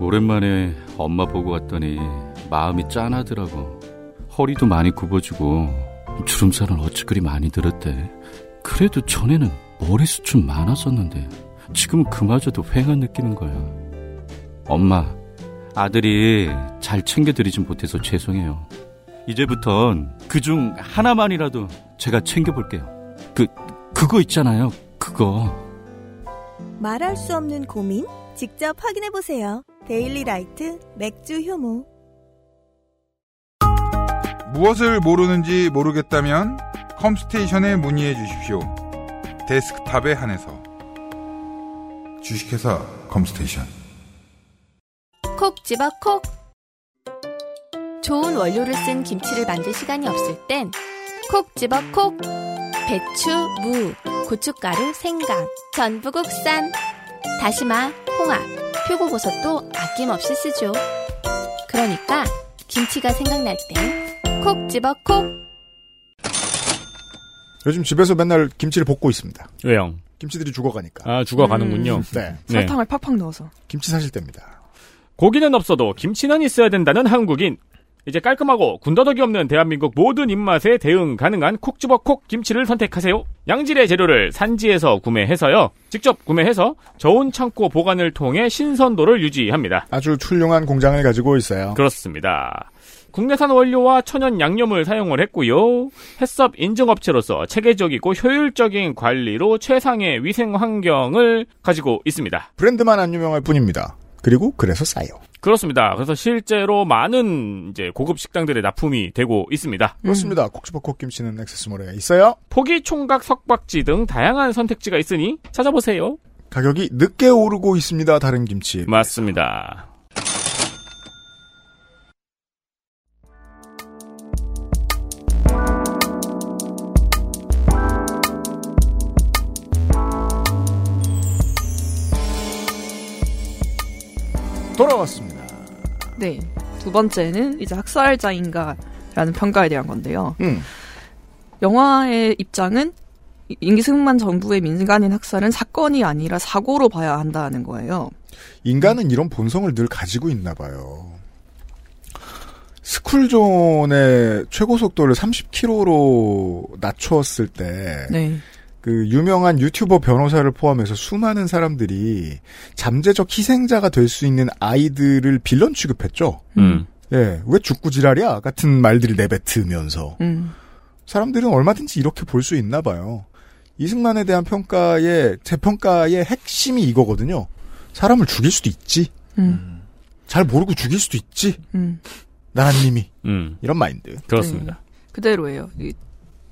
L: 오랜만에 엄마 보고 왔더니 마음이 짠하더라고. 허리도 많이 굽어지고 주름살은 어찌 그리 많이 들었대. 그래도 전에는 머리숱 좀 많았었는데 지금은 그마저도 휑한 느끼는 거야. 엄마, 아들이 잘 챙겨드리진 못해서 죄송해요. 이제부턴 그중 하나만이라도 제가 챙겨볼게요. 그, 그거 있잖아요. 그거.
H: 말할 수 없는 고민? 직접 확인해 보세요. 데일리 라이트 맥주 효모.
K: 무엇을 모르는지 모르겠다면 컴스테이션에 문의해 주십시오. 데스크탑에 한해서 주식회사 컴스테이션
F: 콕 집어 콕. 좋은 원료를 쓴 김치를 만들 시간이 없을 땐 콕 집어 콕. 배추, 무, 고춧가루, 생강, 전부 국산. 다시마, 홍합, 표고버섯도 아낌없이 쓰죠. 그러니까 김치가 생각날 땐 콕 집어 콕.
B: 요즘 집에서 맨날 김치를 볶고 있습니다.
C: 왜요?
B: 김치들이 죽어가니까.
C: 아, 죽어가는군요.
B: 음, 네.
D: 설탕을 팍팍 넣어서.
B: 김치 사실 때입니다.
C: 고기는 없어도 김치는 있어야 된다는 한국인. 이제 깔끔하고 군더더기 없는 대한민국 모든 입맛에 대응 가능한 콕 집어 콕 김치를 선택하세요. 양질의 재료를 산지에서 구매해서요. 직접 구매해서 저온 창고 보관을 통해 신선도를 유지합니다.
B: 아주 훌륭한 공장을 가지고 있어요.
C: 그렇습니다. 국내산 원료와 천연 양념을 사용을 했고요. 햇섭 인증업체로서 체계적이고 효율적인 관리로 최상의 위생 환경을 가지고 있습니다.
B: 브랜드만 안 유명할 뿐입니다. 그리고 그래서 싸요.
C: 그렇습니다. 그래서 실제로 많은 이제 고급 식당들의 납품이 되고 있습니다.
B: 그렇습니다. 콕지버콕 김치는 액세스몰에 있어요.
C: 포기 총각 석박지 등 다양한 선택지가 있으니 찾아보세요.
B: 가격이 늦게 오르고 있습니다. 다른 김치.
C: 맞습니다.
B: 돌아왔습니다.
D: 네. 두 번째는 이제 학살자인가라는 평가에 대한 건데요.
B: 음.
D: 영화의 입장은 이- 임기승만 정부의 민간인 학살은 사건이 아니라 사고로 봐야 한다는 거예요.
B: 인간은 이런 본성을 늘 가지고 있나 봐요. 스쿨존의 최고 속도를 30km로 낮췄을 때,
D: 네.
B: 그 유명한 유튜버 변호사를 포함해서 수많은 사람들이 잠재적 희생자가 될 수 있는 아이들을 빌런 취급했죠.
C: 음.
B: 예, 왜 죽고 지랄이야? 같은 말들을 내뱉으면서.
D: 음.
B: 사람들은 얼마든지 이렇게 볼 수 있나 봐요. 이승만에 대한 평가의, 제 평가의 핵심이 이거거든요. 사람을 죽일 수도 있지.
D: 음.
B: 잘 모르고 죽일 수도 있지.
D: 음.
B: 나라님이.
C: 음.
B: 이런 마인드.
C: 그렇습니다.
D: 그대로예요. 이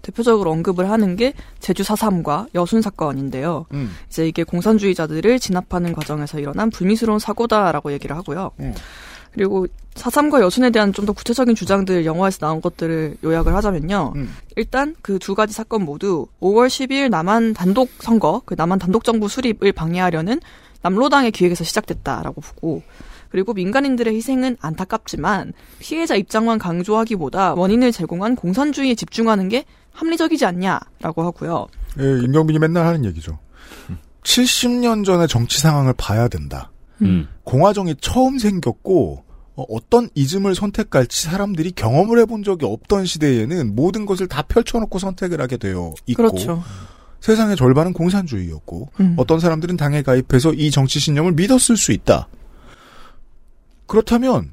D: 대표적으로 언급을 하는 게 제주 4.3과 여순 사건인데요.
B: 음.
D: 이제 이게 공산주의자들을 진압하는 과정에서 일어난 불미스러운 사고다라고 얘기를 하고요.
B: 음.
D: 그리고 4.3과 여순에 대한 좀 더 구체적인 주장들 영화에서 나온 것들을 요약을 하자면요.
B: 음.
D: 일단 그 두 가지 사건 모두 5월 12일 남한 단독 선거, 그 남한 단독 정부 수립을 방해하려는 남로당의 기획에서 시작됐다라고 보고 그리고 민간인들의 희생은 안타깝지만 피해자 입장만 강조하기보다 원인을 제공한 공산주의에 집중하는 게 합리적이지 않냐라고 하고요.
B: 예, 임경빈이 맨날 하는 얘기죠. 70년 전의 정치 상황을 봐야 된다.
D: 네.
L: 음.
B: 공화정이 처음 생겼고 어, 어떤 이즘을 선택할지 사람들이 경험을 해본 적이 없던 시대에는 모든 것을 다 펼쳐놓고 선택을 하게 되어 있고
D: 그렇죠.
B: 세상의 절반은 공산주의였고
D: 음.
B: 어떤 사람들은 당에 가입해서 이 정치 신념을 믿었을 수 있다. 그렇다면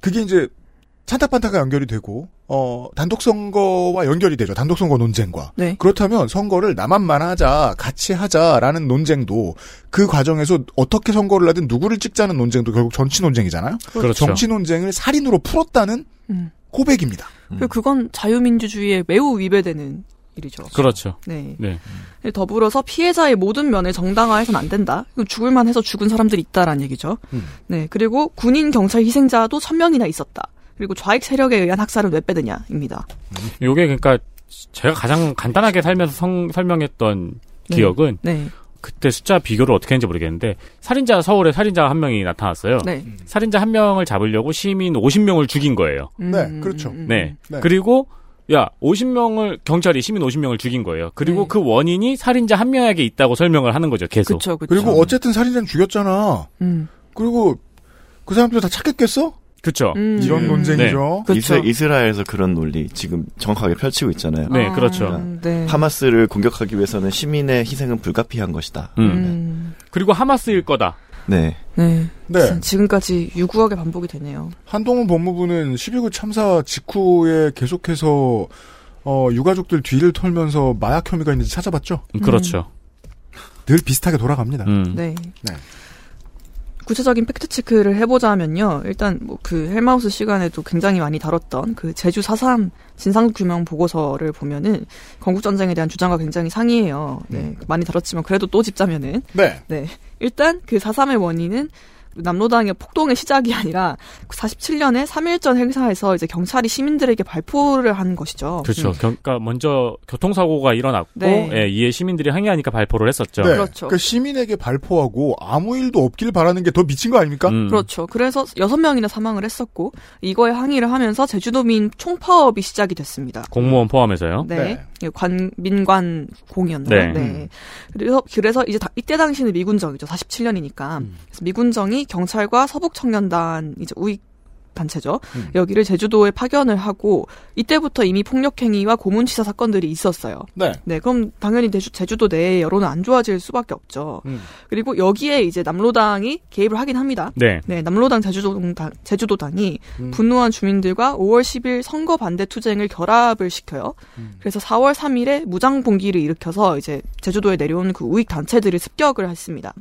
B: 그게 이제 찬타판타가 연결이 되고 어 단독 선거와 연결이 되죠. 단독 선거 논쟁과.
D: 네.
B: 그렇다면 선거를 나만만 하자, 같이 하자라는 논쟁도 그 과정에서 어떻게 선거를 하든 누구를 찍자는 논쟁도 결국 정치 논쟁이잖아요.
D: 그렇죠.
B: 정치 논쟁을 살인으로 풀었다는
D: 음.
B: 고백입니다.
D: 그리고 그건 자유민주주의에 매우 위배되는 일이죠.
C: 그렇죠.
D: 네.
C: 네.
D: 더불어서 피해자의 모든 면을 정당화해서는 안 된다. 이거 죽을만 해서 죽은 사람들이 있다라는 얘기죠.
B: 음.
D: 네, 그리고 군인 경찰 희생자도 1000명이나 있었다. 그리고 좌익 세력에 의한 학살은 왜 빼드냐입니다.
C: 요게 그러니까 제가 가장 간단하게 살면서 성- 설명했던 기억은
D: 네.
C: 그때 숫자 비교를 어떻게 했는지 모르겠는데 살인자 서울에 살인자 한 명이 나타났어요.
B: 아.
D: 네.
C: 살인자 한 명을 잡으려고 시민 50명을 죽인 거예요.
B: 네, 그렇죠.
D: 음,
C: 네. 그리고 야, 50명을 경찰이 시민 50명을 죽인 거예요.
D: 네.
C: 그리고 그 원인이 살인자 한 명에게 있다고 설명을 하는 거죠. 계속.
B: 리고
D: 그렇죠.
B: 어쨌든 살인자는 죽였잖아.
D: 음,
B: 그리고 그 사람들 다 찾겠겠어? 예.
C: 그렇죠.
D: 음.
B: 이런 논쟁이죠.
E: 이스, 이스라엘에서 그런 논리 지금 정확하게 펼치고 있잖아요.
C: 네, 아, 그렇죠.
D: 네.
E: 하마스를 공격하기 위해서는 시민의 희생은 불가피한 것이다.
B: 음.
D: 음.
C: 그리고 하마스일 거다.
E: 네.
D: 네.
B: 네.
D: 지금까지 유구하게 반복이 되네요.
B: 한동훈 법무부는 12구 참사 직후에 계속해서 어, 유가족들 뒤를 털면서 마약 혐의가 있는지 찾아봤죠.
C: 음, 그렇죠. 음.
B: 늘 비슷하게 돌아갑니다. 네.
D: 네. 구체적인 팩트 체크를 해보자면요. 일단 뭐 그 헬마우스 시간에도 굉장히 많이 다뤘던 그 제주 4.3 진상규명 보고서를 보면은 건국전쟁에 대한 주장과 굉장히 상이해요. 네. 많이 다뤘지만 그래도 또 짚자면은
B: 네.
D: 네. 일단 그 4.3의 원인은 남로당의 폭동의 시작이 아니라 47년에 3.1전 행사에서 이제 경찰이 시민들에게 발포를 한 것이죠.
C: 그렇죠. 경- 그러니까 먼저 교통사고가 일어났고
D: 음. 네.
C: 예, 이에 시민들이 항의하니까 발포를 했었죠.
B: 네. 그러니까 시민에게 발포하고 아무 일도 없길 바라는 게 더 미친 거 아닙니까?
C: 음.
D: 그렇죠. 그래서 여섯 명이나 사망을 했었고 이거에 항의를 하면서 제주도민 총파업이 시작이 됐습니다.
C: 공무원 포함해서요.
D: 네. 예, 관 민관
C: 네.
D: 공이었나요? 네. 그래서 그래서 이제 다- 이때 당시는 미군정이죠. 47년이니까. 그래서 미군정이 경찰과 서북 청년단 이제 우익 단체죠. 여기를 제주도에 파견을 하고 이때부터 이미 폭력 행위와 고문치사 사건들이 있었어요.
B: 네.
D: 그럼 당연히 제주, 제주도 내 여론은 안 좋아질 수밖에 없죠. 그리고 여기에 이제 남로당이 개입을 하긴 합니다.
C: 네.
D: 남로당 제주도당, 제주도당이
C: 음.
D: 분노한 주민들과 5월 10일 선거 반대 투쟁을 결합을 시켜요. 그래서 4월 3일에 무장 봉기를 일으켜서 이제 제주도에 내려온 그 우익 단체들을 습격을 했습니다.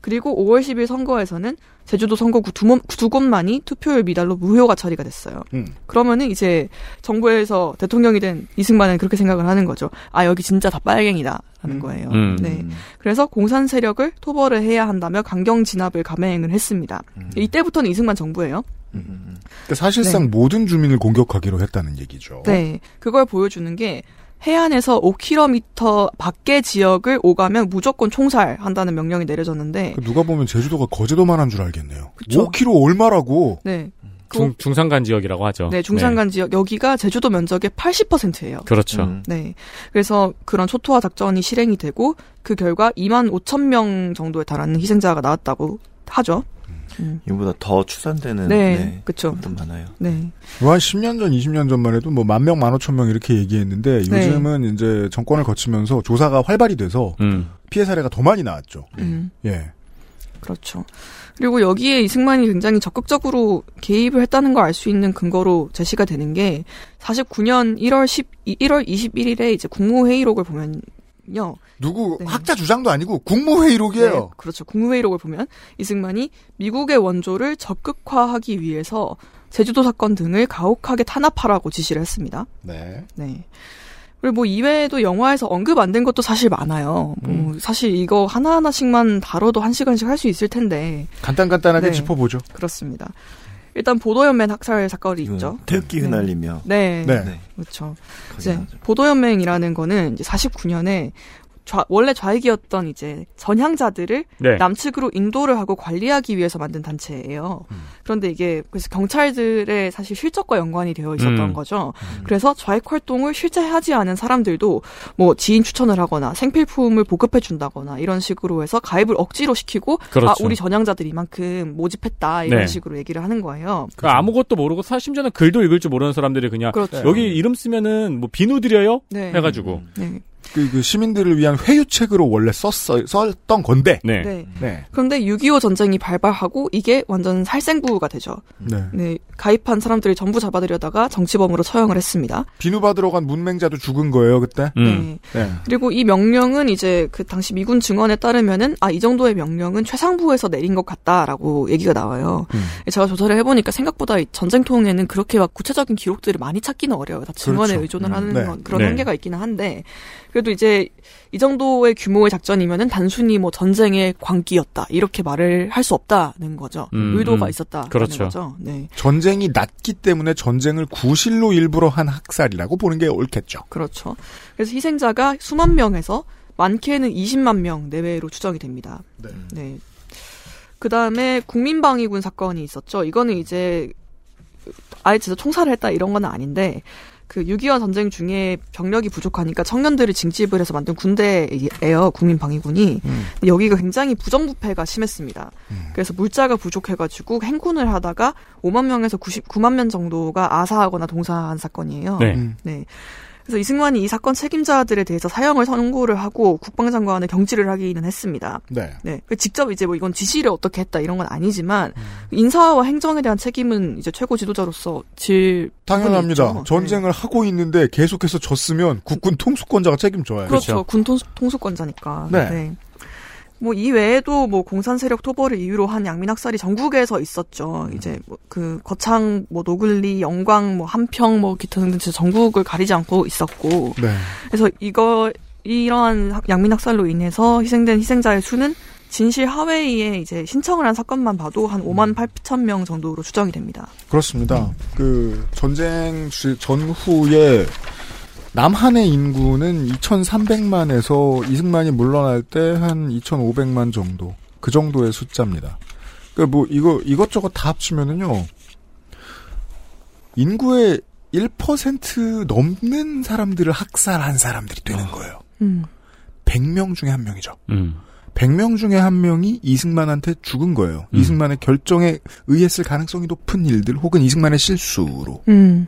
D: 그리고 5월 10일 선거에서는 제주도 선거구 두, 몸- 두 곳만이 투표율 미달로 무효가 처리가 됐어요. 그러면은 이제 정부에서 대통령이 된 이승만은 그렇게 생각을 하는 거죠. 아 여기 진짜 다 빨갱이다라는 거예요.
M: 음.
D: 네. 그래서 공산 세력을 토벌을 해야 한다며 강경 진압을 감행을 했습니다. 이때부터는 이승만 정부예요.
B: 그러니까 사실상
D: 네.
B: 모든 주민을 공격하기로 했다는 얘기죠.
D: 네. 그걸 보여주는 게 해안에서 5km 밖의 지역을 오가면 무조건 총살한다는 명령이 내려졌는데
B: 그 누가 보면 제주도가 거제도만한 줄 알겠네요. 5km 얼마라고?
D: 네.
C: 중, 중산간 지역이라고 하죠.
D: 네, 중산간 지역 여기가 제주도 면적의 80%예요.
C: 그렇죠. 음.
D: 네. 그래서 그런 초토화 작전이 실행이 되고 그 결과 2만 5천 명 정도에 달하는 희생자가 나왔다고 하죠.
E: 이보다 더 추산되는
D: 네, 그렇죠.
E: 많아요.
D: 네.
B: 뭐한 10년 전, 20년 전만 해도 뭐 만 명, 만 오천 명 이렇게 얘기했는데
D: 네.
B: 요즘은 이제 정권을 거치면서 조사가 활발히 돼서
C: 음.
B: 피해 사례가 더 많이 나왔죠.
D: 음.
B: 예.
D: 그렇죠. 그리고 여기에 이승만이 굉장히 적극적으로 개입을 했다는 걸 알 수 있는 근거로 제시가 되는 게 49년 1월 1 1월 21일에 이제 국무회의록을 보면요.
B: 누구 학자 주장도 아니고 국무회의록이에요.
D: 네, 그렇죠. 국무회의록을 보면 이승만이 미국의 원조를 적극화하기 위해서 제주도 사건 등을 가혹하게 탄압하라고 지시를 했습니다.
B: 네.
D: 네. 그리고 뭐 이외에도 영화에서 언급 안 된 것도 사실 많아요. 뭐 사실 이거 하나하나씩만 다뤄도 한 시간씩 할 수 있을 텐데.
B: 간단간단하게
D: 네.
B: 짚어보죠.
D: 그렇습니다. 일단 보도연맹 학살 사건이 있죠.
E: 태극기 흩날리며.
D: 네.
E: 음. 네.
D: 그렇죠. 이제 보도연맹이라는 거는 이제 49년에 좌- 원래 좌익이었던 이제 전향자들을
M: 네.
D: 남측으로 인도를 하고 관리하기 위해서 만든 단체예요.
C: 음.
D: 그런데 이게 그래서 경찰들의 사실 실적과 연관이 되어 있었던
M: 음.
D: 거죠. 그래서 좌익 활동을 실제 하지 않은 사람들도 뭐 지인 추천을 하거나 생필품을 보급해 준다거나 이런 식으로 해서 가입을 억지로 시키고 아
C: 그렇죠.
D: 우리 전향자들 이만큼 모집했다 이런
C: 네.
D: 식으로 얘기를 하는 거예요.
C: 그러니까 아무것도 모르고 사- 심지어는 글도 읽을 줄 모르는 사람들이 그냥
D: 그렇죠.
C: 여기 이름 쓰면은 뭐 비누 드려요?
D: 네.
C: 해가지고
D: 네.
B: 그, 그 시민들을 위한 회유책으로 원래 썼어, 썼던 건데.
C: 네.
D: 네.
B: 네.
D: 그런데 6.25 전쟁이 발발하고 이게 완전 살생부가 되죠.
B: 네.
D: 네, 가입한 사람들이 전부 잡아들여다가 정치범으로 처형을 했습니다.
B: 비누 받으러 간 문맹자도 죽은 거예요, 그때?
D: 음.
B: 네.
D: 그리고 이 명령은 이제 그 당시 미군 증언에 따르면은 아 이 정도의 명령은 최상부에서 내린 것 같다라고 얘기가 나와요.
M: 음.
D: 제가 조사를 해보니까 생각보다 이 전쟁 통에는 그렇게 막 구체적인 기록들을 많이 찾기는 어려워요. 다 증언에
M: 그렇죠.
D: 의존을
M: 음,
D: 하는
M: 네.
D: 건 그런
M: 네.
D: 한계가 있기는 한데 그래도 이제 이 정도의 규모의 작전이면은 단순히 뭐 전쟁의 광기였다 이렇게 말을 할 수 없다는 거죠.
B: 음,
D: 의도가
B: 음.
D: 있었다는
B: 그렇죠.
D: 거죠. 네.
B: 전쟁이 났기 때문에 전쟁을 구실로 일부러 한 학살이라고 보는 게 옳겠죠.
D: 그렇죠. 그래서 희생자가 수만 명에서 많게는 20만 명 내외로 추정이 됩니다.
B: 네.
D: 그 다음에 국민방위군 사건이 있었죠. 이거는 이제 아예 진짜 총살을 했다 이런 건 아닌데 그 6.25 전쟁 중에 병력이 부족하니까 청년들을 징집을 해서 만든 군대예요. 국민방위군이. 근데 여기가 굉장히 부정부패가 심했습니다. 그래서 물자가 부족해가지고 행군을 하다가 5만 명에서 99만 명 정도가 아사하거나 동사한 사건이에요.
M: 네. 음.
D: 네. 그래서 이승만이 이 사건 책임자들에 대해서 사형을 선고를 하고 국방장관의 경질을 하기는 했습니다.
B: 네.
D: 네. 그 직접 이제 뭐 이건 지시를 어떻게 했다 이런 건 아니지만 그 인사와 행정에 대한 책임은 이제 최고 지도자로서 질
B: 당연합니다. 전쟁을 하고 있는데 계속해서 졌으면 국군 통수권자가 책임져야죠.
D: 그렇죠. 군 통수, 통수권자니까.
B: 네.
D: 뭐 이외에도 뭐 공산 세력 토벌을 이유로 한 양민 학살이 전국에서 있었죠. 이제 뭐 그 거창 뭐 노글리, 영광 뭐 한평 뭐 기타 등등 진짜 전국을 가리지 않고 있었고.
B: 네.
D: 그래서 이거 이러한 학- 양민 학살로 인해서 희생된 희생자의 수는 진실 하웨이에 이제 신청을 한 사건만 봐도 한 5만 8천 명 정도로 추정이 됩니다.
B: 그렇습니다. 그 전쟁 시- 전후에 남한의 인구는 2,300만에서 이승만이 물러날 때 한 2,500만 정도 그 정도의 숫자입니다. 그뭐 이거 이것저것 다 합치면은요 인구의 1% 넘는 사람들을 학살한 사람들이 되는 거예요.
D: 음.
B: 100명 중에 한 명이죠.
L: 음.
B: 100명 중에 한 명이 이승만한테 죽은 거예요. 이승만의 결정에 의했을 가능성이 높은 일들 혹은 이승만의 실수로
D: 음.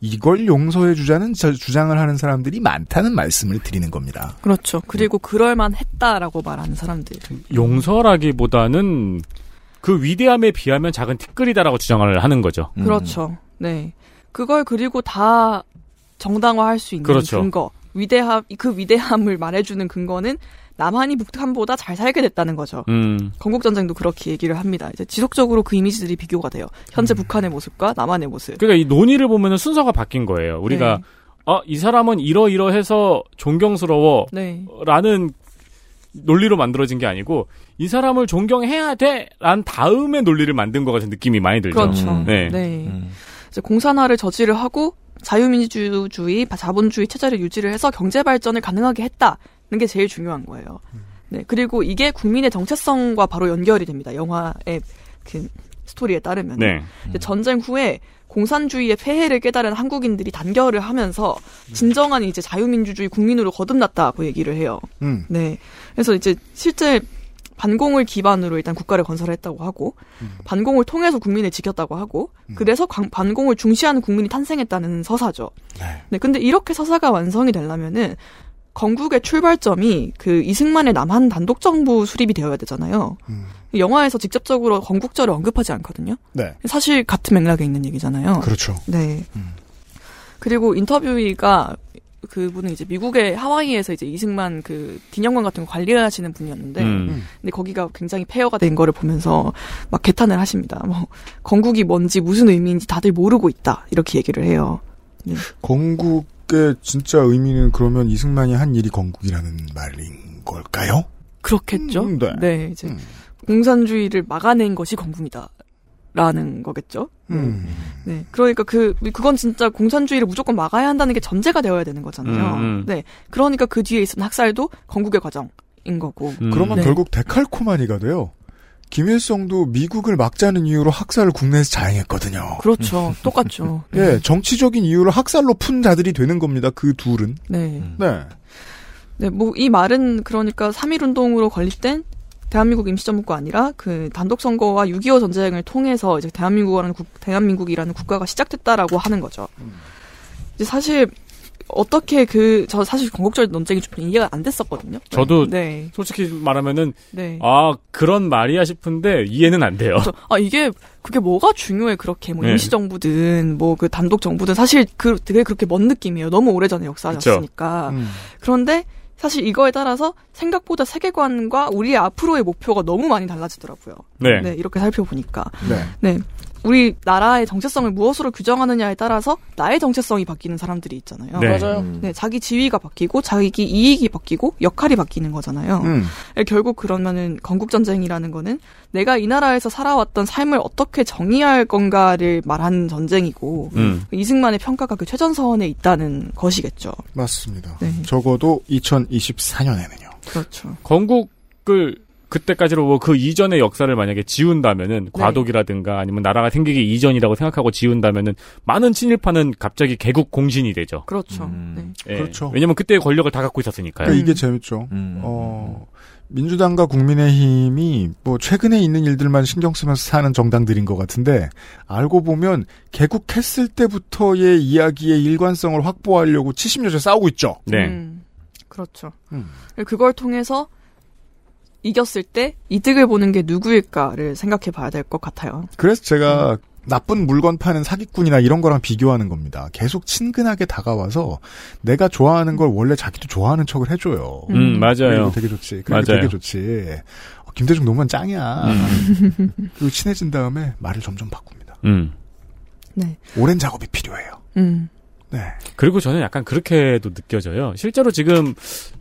B: 이걸 용서해 주자는 저- 주장을 하는 사람들이 많다는 말씀을 드리는 겁니다.
D: 그렇죠. 그리고 그럴만 했다라고 말하는 사람들.
C: 용서라기보다는 그 위대함에 비하면 작은 티끌이다라고 주장을 하는 거죠.
D: 그렇죠. 네. 그걸 그리고 다 정당화할 수 있는
C: 그렇죠.
D: 근거. 위대함, 그 위대함을 말해주는 근거는 남한이 북한보다 잘 살게 됐다는 거죠.
C: 음.
D: 건국전쟁도 그렇게 얘기를 합니다. 이제 지속적으로 그 이미지들이 비교가 돼요.
C: 음.
D: 현재 북한의 모습과 남한의 모습.
C: 그러니까 이 논의를 보면은 순서가 바뀐 거예요. 우리가
D: 네.
C: 아, 이 사람은 이러이러해서 존경스러워.
D: 네.
C: 라는 논리로 만들어진 게 아니고 이 사람을 존경해야 돼란 다음에 논리를 만든 것 같은 느낌이 많이 들죠.
D: 그렇죠.
C: 네.
E: 음.
D: 이제 공산화를 저지를 하고 자유민주주의, 자본주의 체제를 유지를 해서 경제 발전을 가능하게 했다는 게 제일 중요한 거예요. 네. 그리고 이게 국민의 정체성과 바로 연결이 됩니다. 영화의 그 스토리에 따르면.
M: 네.
D: 이제 전쟁 후에 공산주의의 폐해를 깨달은 한국인들이 단결을 하면서 진정한 이제 자유민주주의 국민으로 거듭났다고 얘기를 해요.
M: 음.
D: 네. 그래서 이제 실제 반공을 기반으로 일단 국가를 건설했다고 하고 반공을 통해서 국민을 지켰다고 하고 그래서 광- 반공을 중시하는 국민이 탄생했다는 서사죠. 네. 근데 이렇게 서사가 완성이 되려면은 건국의 출발점이 그 이승만의 남한 단독 정부 수립이 되어야 되잖아요. 영화에서 직접적으로 건국절을 언급하지 않거든요.
B: 네.
D: 사실 같은 맥락에 있는 얘기잖아요.
B: 그렇죠.
D: 네. 그리고 인터뷰이가 그분은 이제 미국의 하와이에서 이제 이승만 그 기념관 같은 거 관리하시는 분이었는데
M: 음.
D: 근데 거기가 굉장히 폐허가 된 거를 보면서 막 개탄을 하십니다. 뭐 건국이 뭔지 무슨 의미인지 다들 모르고 있다 이렇게 얘기를 해요.
B: 건국의 진짜 의미는 그러면 이승만이 한 일이 건국이라는 말인 걸까요?
D: 그렇겠죠.
B: 음, 네.
D: 이제 공산주의를 막아낸 것이 건국이다. 라는 거겠죠.
B: 음.
D: 네, 그러니까 그 그건 진짜 공산주의를 무조건 막아야 한다는 게 전제가 되어야 되는 거잖아요.
B: 음, 음.
D: 네, 그러니까 그 뒤에 있는 학살도 건국의 과정인 거고.
C: 음.
B: 그러면
D: 네.
B: 결국 데칼코마니가 돼요. 김일성도 미국을 막자는 이유로 학살을 국내에서 자행했거든요.
D: 그렇죠. 똑같죠.
B: 음. 예, 정치적인 이유로 학살로 푼 자들이 되는 겁니다. 그 둘은.
D: 네.
B: 네.
D: 네, 뭐 이 말은 그러니까 3.1 운동으로 건립된 대한민국 임시정부가 아니라 그 단독 선거와 6.25 전쟁을 통해서 이제 대한민국이라는 국, 대한민국이라는 국가가 시작됐다라고 하는 거죠.
B: 음.
D: 이제 사실 어떻게 그 저 사실 건국절 논쟁이 좀 이해가 안 됐었거든요.
C: 저도
D: 네.
C: 솔직히 말하면은
D: 네.
C: 아 그런 말이야 싶은데 이해는 안 돼요.
D: 그래서 아 이게 그게 뭐가 중요해 그렇게 뭐
C: 네.
D: 임시정부든 뭐 그 단독 정부든 사실 그 되게 그렇게 먼 느낌이에요. 너무 오래전의 역사였으니까.
B: 음.
D: 그런데 사실 이거에 따라서 생각보다 세계관과 우리의 앞으로의 목표가 너무 많이 달라지더라고요.
C: 네.
D: 이렇게 살펴보니까.
B: 네.
D: 네. 우리 나라의 정체성을 무엇으로 규정하느냐에 따라서 나의 정체성이 바뀌는 사람들이 있잖아요.
M: 네. 맞아요. 음.
D: 네, 자기 지위가 바뀌고 자기 이익이 바뀌고 역할이 바뀌는 거잖아요.
M: 음.
D: 예, 결국 그러면은 건국 전쟁이라는 거는 내가 이 나라에서 살아왔던 삶을 어떻게 정의할 건가를 말하는 전쟁이고
B: 음.
D: 이승만의 평가가 그 최전선에 있다는 것이겠죠.
B: 맞습니다.
C: 음.
B: 적어도 2024년에는요.
D: 네, 그렇죠.
C: 건국을 그때까지로 뭐 그 이전의 역사를 만약에 지운다면은
B: 네.
C: 과도기라든가 아니면 나라가 생기기 이전이라고 생각하고 지운다면은 많은 친일파는 갑자기 개국 공신이 되죠.
D: 그렇죠.
C: 예.
B: 그렇죠.
C: 왜냐면 그때의 권력을 다 갖고 있었으니까요.
B: 그러니까 이게 재밌죠.
E: 음.
B: 어, 민주당과 국민의힘이 뭐 최근에 있는 일들만 신경 쓰면서 사는 정당들인 것 같은데 알고 보면 개국했을 때부터의 이야기의 일관성을 확보하려고 70년째 싸우고 있죠.
C: 예. 네.
D: 음, 그렇죠.
B: 음.
D: 그걸 통해서 이겼을 때 이득을 보는 게 누구일까를 생각해 봐야 될 것 같아요.
B: 그래서 제가 나쁜 물건 파는 사기꾼이나 이런 거랑 비교하는 겁니다. 계속 친근하게 다가와서 내가 좋아하는 걸 원래 자기도 좋아하는 척을 해줘요.
C: 음, 맞아요.
B: 그리고 되게 좋지. 그리고
C: 맞아요.
B: 되게 좋지. 어, 김대중 노무현 짱이야. 그리고 친해진 다음에 말을 점점 바꿉니다.
C: 음.
B: 오랜 작업이 필요해요.
D: 음.
B: 네.
C: 그리고 저는 약간 그렇게도 느껴져요. 실제로 지금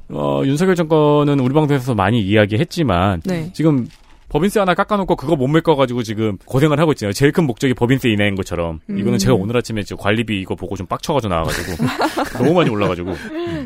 C: 어, 윤석열 정권은 우리 방송에서 많이 이야기했지만
D: 네.
C: 지금 법인세 하나 깎아놓고 그거 못 메꿔가지고 지금 고생을 하고 있잖아요. 제일 큰 목적이 법인세 인하인 것처럼
D: 음.
C: 이거는 제가 오늘 아침에 지금 관리비 이거 보고 좀 빡쳐가지고 나와가지고 너무 많이 올라가지고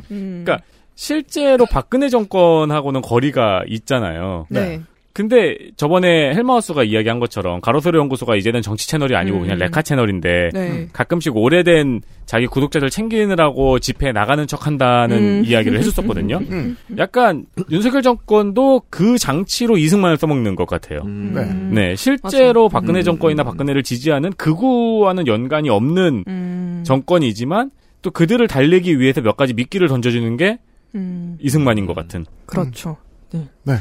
C: 그러니까
D: 음.
C: 실제로 박근혜 정권하고는 거리가 있잖아요.
D: 네.
C: 근데 저번에 헬마우스가 이야기한 것처럼 가로세로 연구소가 이제는 정치 채널이 아니고
D: 음.
C: 그냥 레카 채널인데
D: 네.
C: 가끔씩 오래된 자기 구독자들 챙기느라고 집회에 나가는 척한다는
D: 음.
C: 이야기를 해줬었거든요.
B: 음.
C: 약간 윤석열 정권도 그 장치로 이승만을 써먹는 것 같아요.
E: 음.
D: 음.
C: 네. 실제로 박근혜 정권이나 박근혜를 지지하는 극우와는 연관이
D: 음.
C: 없는 정권이지만 또 그들을 달래기 위해서 몇 가지 미끼를 던져주는 게
D: 음.
C: 이승만인 것 같은.
D: 그렇죠. 네.
B: 네.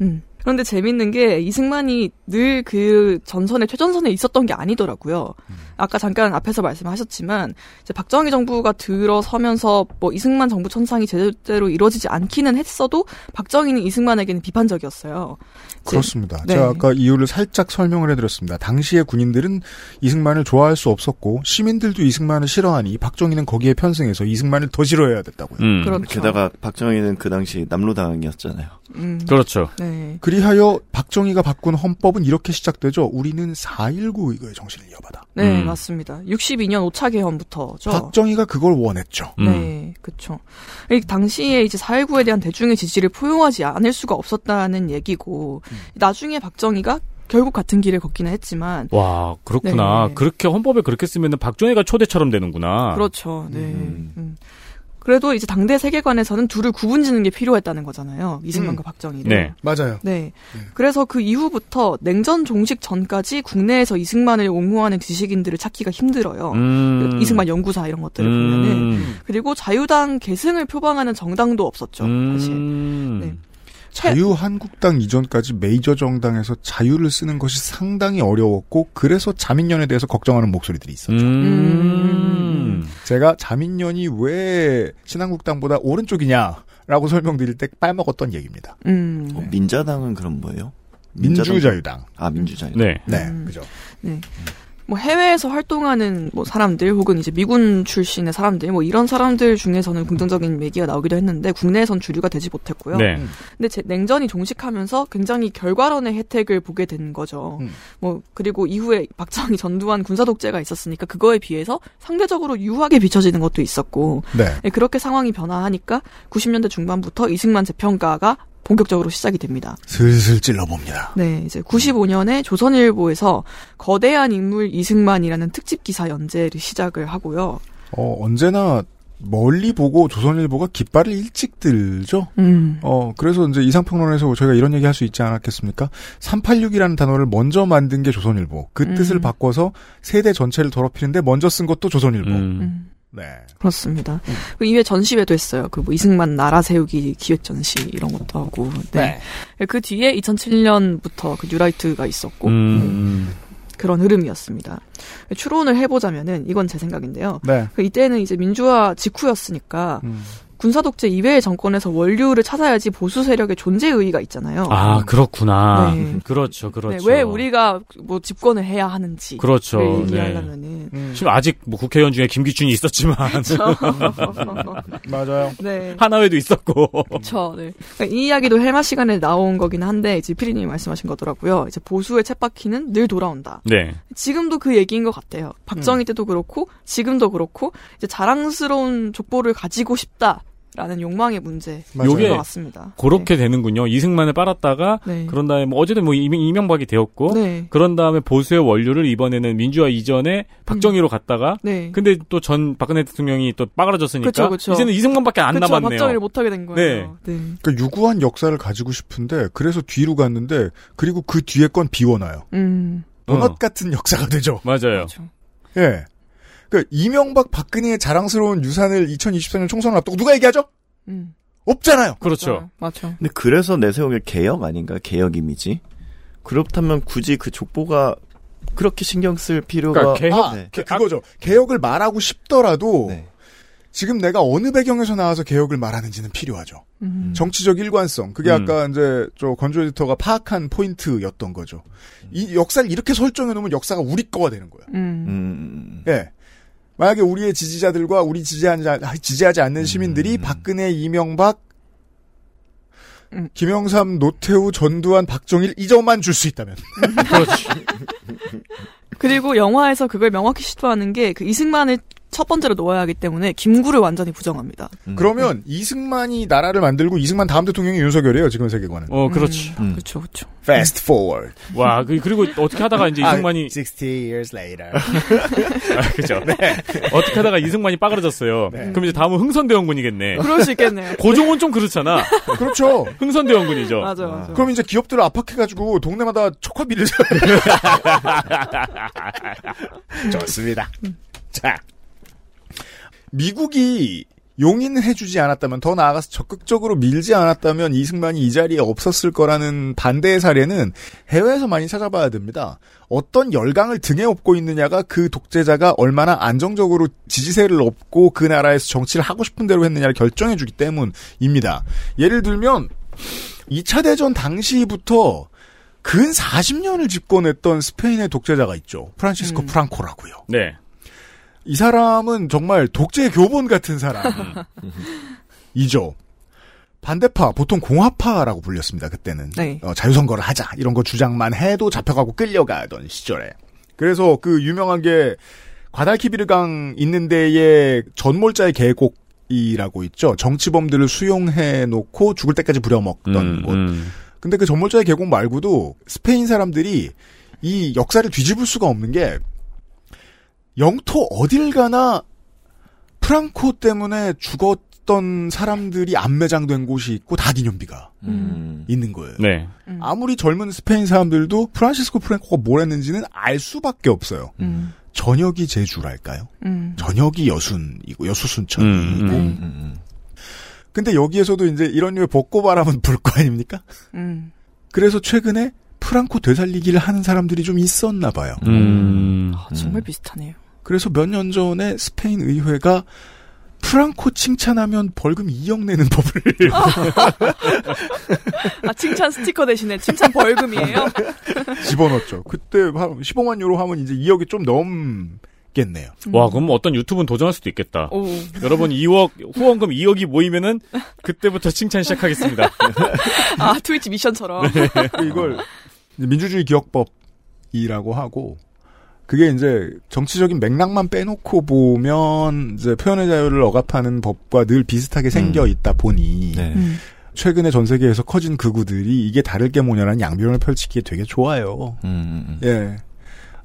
D: 음. 그런데 재밌는 게 이승만이 늘 그 전선에 최전선에 있었던 게 아니더라고요.
B: 음.
D: 아까 잠깐 앞에서 말씀하셨지만 이제 박정희 정부가 들어서면서 뭐 이승만 정부 천상이 제대로 이루어지지 않기는 했어도 박정희는 이승만에게는 비판적이었어요. 이제-
B: 그렇습니다.
D: 네.
B: 제가 아까 이유를 살짝 설명을 해드렸습니다. 당시의 군인들은 이승만을 좋아할 수 없었고 시민들도 이승만을 싫어하니 박정희는 거기에 편승해서 이승만을 더 싫어해야 됐다고요.
C: 음.
D: 그렇죠.
E: 게다가 박정희는 그 당시 남로당이었잖아요.
D: 음.
C: 그렇죠.
D: 네.
B: 그리하여 박정희가 바꾼 헌법은 이렇게 시작되죠. 우리는 4.19 이거의 정신을 이어받아.
D: 네, 맞습니다. 62년 5차
B: 음.
D: 개헌부터죠.
B: 박정희가 그걸
C: 음.
B: 원했죠.
D: 네, 그쵸. 이 당시에 이제 4.19에 대한 대중의 지지를 포용하지 않을 수가 없었다는 얘기고,
C: 음.
D: 나중에 박정희가 결국 같은 길을 걷기는 했지만,
C: 와 그렇구나.
D: 네.
C: 그렇게 헌법에 그렇게 쓰면은 박정희가 초대처럼 되는구나.
D: 그렇죠. 네. 음. 그래도 이제 당대 세계관에서는 둘을 구분짓는 게 필요했다는 거잖아요. 이승만과 박정희를.
C: 네.
B: 맞아요.
D: 네. 그래서 그 이후부터 냉전 종식 전까지 국내에서 이승만을 옹호하는 지식인들을 찾기가 힘들어요.
C: 음.
D: 그 이승만 연구사 이런 것들을
C: 음.
D: 보면은. 그리고 자유당 계승을 표방하는 정당도 없었죠.
C: 음.
D: 사실. 그렇죠. 네.
B: 자유한국당 이전까지 메이저 정당에서 자유를 쓰는 것이 상당히 어려웠고 그래서 자민련에 대해서 걱정하는 목소리들이 있었죠.
D: 그렇죠.
C: 음.
D: 음.
B: 제가 자민련이 왜 신한국당보다 오른쪽이냐라고 설명드릴 때 빨먹었던 얘기입니다.
D: 음.
E: 어, 민자당은 그럼 뭐예요?
B: 네. 민주자유당.
E: 민자당- 아 민주자유당.
B: 네. 네, 그죠.
D: 네. 뭐 해외에서 활동하는 뭐 사람들 혹은 이제 미군 출신의 사람들 뭐 이런 사람들 중에서는 긍정적인 얘기가 나오기도 했는데 국내에선 주류가 되지 못했고요. 음.
M: 네.
D: 근데 제 냉전이 종식하면서 굉장히 결과론의 혜택을 보게 된 거죠. 뭐 그리고 이후에 박정희 전두환 군사 독재가 있었으니까 그거에 비해서 상대적으로 유하게 비춰지는 것도 있었고
B: 네.
D: 예, 그렇게 상황이 변화하니까 90년대 중반부터 이승만 재평가가 본격적으로 시작이 됩니다.
B: 슬슬 찔러봅니다.
D: 네, 이제 95년에 조선일보에서 거대한 인물 이승만이라는 특집 기사 연재를 시작을 하고요.
B: 어, 언제나 멀리 보고 조선일보가 깃발을 일찍 들죠.
D: 음.
B: 어, 그래서 이제 이상평론에서 저희가 이런 얘기 할 수 있지 않았겠습니까? 386이라는 단어를 먼저 만든 게 조선일보. 그
D: 음.
B: 뜻을 바꿔서 세대 전체를 더럽히는데 먼저 쓴 것도 조선일보.
M: 음.
C: 음.
B: 네.
D: 음, 그렇습니다. 그 이외 전시회도 했어요. 그 뭐 이승만 나라 세우기 기획 전시 이런 것도 하고. 네. 그 뒤에 2007년부터 그 뉴라이트가
C: 음.
D: 있었고 음. 그런 흐름이었습니다. 추론을 해보자면은 이건 제 생각인데요.
B: 네.
D: 그 이때는 이제 민주화 직후였으니까
B: 음.
D: 군사 독재 이외의 정권에서 원류를 찾아야지 보수 세력의 존재 의의가 있잖아요.
M: 아, 그렇구나.
D: 네.
M: 그렇죠, 그렇죠.
D: 네, 왜 우리가 뭐 집권을 해야 하는지
M: 그렇죠.
D: 를 얘기하려면
M: 네.
B: 음.
M: 지금 아직 뭐 국회의원 중에 김기춘이 있었지만
B: 맞아요.
D: 네.
M: 하나회도 있었고.
D: 그렇죠. 네. 그러니까 이 이야기도 헬마 시간에 나온 거긴 한데 이제 피디님이 말씀하신 거더라고요. 이제 보수의 챗바퀴는 늘 돌아온다.
M: 네.
D: 지금도 그 얘기인 것 같아요.
M: 음.
D: 박정희 때도 그렇고 지금도 그렇고 이제 자랑스러운 족보를 가지고 싶다라는 욕망의 문제인
M: 요게
D: 것 같습니다.
M: 그렇게 되는군요. 이승만을 빨았다가
D: 네.
M: 그런 다음에 뭐 어제도 뭐 이명, 이명박이 되었고
D: 네.
M: 그런 다음에 보수의 원류를 이번에는 민주화 이전에
D: 음.
M: 박정희로 갔다가
D: 네.
M: 근데 또 전 박근혜 대통령이 또 빠그라졌으니까
D: 그쵸, 그쵸.
M: 이제는 이승만밖에 안
D: 그쵸,
M: 남았네요.
D: 박정희를 못하게 된 거예요. 네.
B: 그러니까 유구한 역사를 가지고 싶은데 그래서 뒤로 갔는데 그리고 그 뒤에 건 비워놔요.
D: 음.
M: 어.
B: 도넛 같은 역사가 되죠.
M: 맞아요.
B: 예. 그 이명박 박근혜의 자랑스러운 유산을 2024년 총선을 앞두고 누가 얘기하죠?
D: 음.
B: 없잖아요.
M: 그렇죠.
D: 맞죠.
E: 근데 그래서 내세운 게 개혁 아닌가요? 개혁 이미지? 그렇다면 굳이 그 족보가 그렇게 신경 쓸 필요가
M: 아.
B: 그러니까 개혁
E: 네.
B: 개- 그거죠. 개혁을 말하고 싶더라도 지금 내가 어느 배경에서 나와서 개혁을 말하는지는 필요하죠.
D: 음.
M: 음.
B: 정치적 일관성. 그게
E: 음.
B: 아까 이제 저 건조 에디터가 파악한 포인트였던 거죠. 이 역사를 이렇게 설정해 놓으면 역사가 우리 거가 되는 거예요.
M: 음.
E: 음.
B: 예. 만약에 우리의 지지자들과 우리 지지하지, 않- 아, 지지하지 않는 시민들이 박근혜, 이명박, 음. 김영삼, 노태우, 전두환, 박정일 이점만 줄 수 있다면.
M: 그렇지.
D: 그리고 영화에서 그걸 명확히 시도하는 게 그 이승만을 첫 번째로 놓아야 하기 때문에 김구를 완전히 부정합니다.
B: 그러면 이승만이 나라를 만들고 이승만 다음 대통령이 윤석열이에요 지금 세계관은.
M: 어 그렇지.
D: 그렇죠 그렇죠.
B: Fast forward.
M: 와 그, 그리고 어떻게 하다가 이제
B: 아,
M: 이승만이
B: 60 years later.
M: 아, 그죠. 네. 어떻게 하다가 이승만이 빠그러졌어요. 그럼 이제 다음은 흥선대원군이겠네.
D: 그럴 수 있겠네요.
M: 고종은 좀 그렇잖아.
B: 그렇죠.
M: 흥선대원군이죠.
D: 맞아, 맞아.
B: 그럼 이제 기업들을 압박해가지고 동네마다 초코비를 사요. 좋습니다. 자. 미국이 용인해주지 않았다면, 더 나아가서 적극적으로 밀지 않았다면 이승만이 이 자리에 없었을 거라는 반대의 사례는 해외에서 많이 찾아봐야 됩니다. 어떤 열강을 등에 업고 있느냐가 그 독재자가 얼마나 안정적으로 지지세를 업고 그 나라에서 정치를 하고 싶은 대로 했느냐를 결정해주기 때문입니다. 예를 들면, 2차 대전 당시부터 근 40년을 집권했던 스페인의 독재자가 있죠. 프란시스코 프랑코라고요.
M: 네.
B: 이 사람은 정말 독재 교본 같은 사람이죠. 반대파, 보통 공화파라고 불렸습니다, 그때는.
D: 네.
B: 어, 자유선거를 하자, 이런 거 주장만 해도 잡혀가고 끌려가던 시절에. 그래서 그 유명한 게, 과달키비르강 있는 데에 전몰자의 계곡이라고 있죠. 정치범들을 수용해 놓고 죽을 때까지 부려먹던
C: 음,
B: 곳. 근데 그 전몰자의 계곡 말고도 스페인 사람들이 이 역사를 뒤집을 수가 없는 게 영토 어딜 가나 프랑코 때문에 죽었던 사람들이 안매장된 곳이 있고 다 기념비가
E: 음.
B: 있는 거예요.
M: 네.
B: 아무리 젊은 스페인 사람들도 프란시스코 프랑코가 뭘 했는지는 알 수밖에 없어요.
D: 음.
B: 저녁이 제주랄까요?
D: 음.
B: 저녁이 여순이고 여수순천이고.
M: 음, 음,
B: 근데 여기에서도 이제 이런 류의 벚꽃바람은 불 거 아닙니까?
D: 음.
B: 그래서 최근에 프랑코 되살리기를 하는 사람들이 좀 있었나 봐요.
M: 음.
D: 정말 아, 비슷하네요.
B: 그래서 몇 년 전에 스페인 의회가 프랑코 칭찬하면 벌금 2억 내는 법을.
D: 아, 칭찬 스티커 대신에 칭찬 벌금이에요?
B: 집어넣었죠. 그때 한 15만 유로 하면 이제 2억이 좀 넘겠네요.
C: 음. 와, 그럼 어떤 유튜브는 도전할 수도 있겠다.
D: 오.
C: 여러분 2억 후원금 2억이 모이면은 그때부터 칭찬 시작하겠습니다.
D: 아, 트위치 미션처럼.
B: 이걸 이제 민주주의 기억법이라고 하고 그게 이제 정치적인 맥락만 빼놓고 보면 이제 표현의 자유를 억압하는 법과 늘 비슷하게 생겨 있다 보니
E: 음.
B: 최근에 전 세계에서 커진 극우들이 이게 다를 게 뭐냐라는 양변을 펼치기에 되게 좋아요.
E: 음,
B: 예.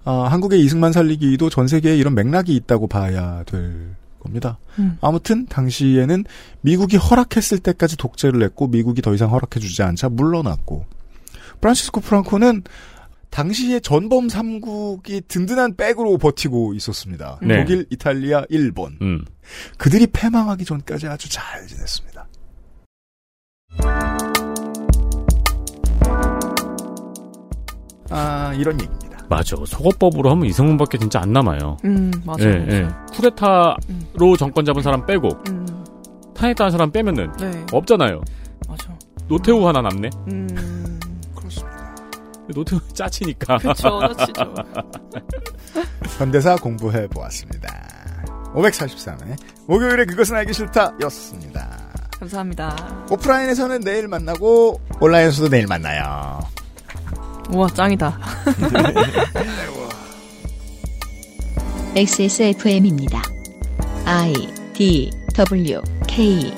B: 아, 한국의 이승만 살리기도 전 세계에 이런 맥락이 있다고 봐야 될 겁니다.
D: 음.
B: 아무튼 당시에는 미국이 허락했을 때까지 독재를 했고 미국이 더 이상 허락해주지 않자 물러났고 프란시스코 프랑코는 당시에 전범 3국이 든든한 백으로 버티고 있었습니다.
C: 네.
B: 독일, 이탈리아, 일본.
C: 음.
B: 그들이 패망하기 전까지 아주 잘 지냈습니다. 아, 이런 얘기.
C: 맞아. 소거법으로 하면 이승만밖에 진짜 안 남아요.
D: 음, 맞아요. 음.
C: 예, 예. 쿠데타로 정권 잡은 사람 빼고 탄핵당한 사람 빼면은
D: 네.
C: 없잖아요.
D: 맞아.
C: 노태우 하나 남네.
D: 음, 그렇습니다.
C: 노태우 짜치니까.
D: 그쵸, 짜치죠.
B: 현대사 공부해 보았습니다. 543회 목요일에 그것은 알기 싫다였습니다.
D: 감사합니다.
B: 오프라인에서는 내일 만나고 온라인에서도 내일 만나요.
D: 우와, 짱이다.
F: XSFM입니다. I D W K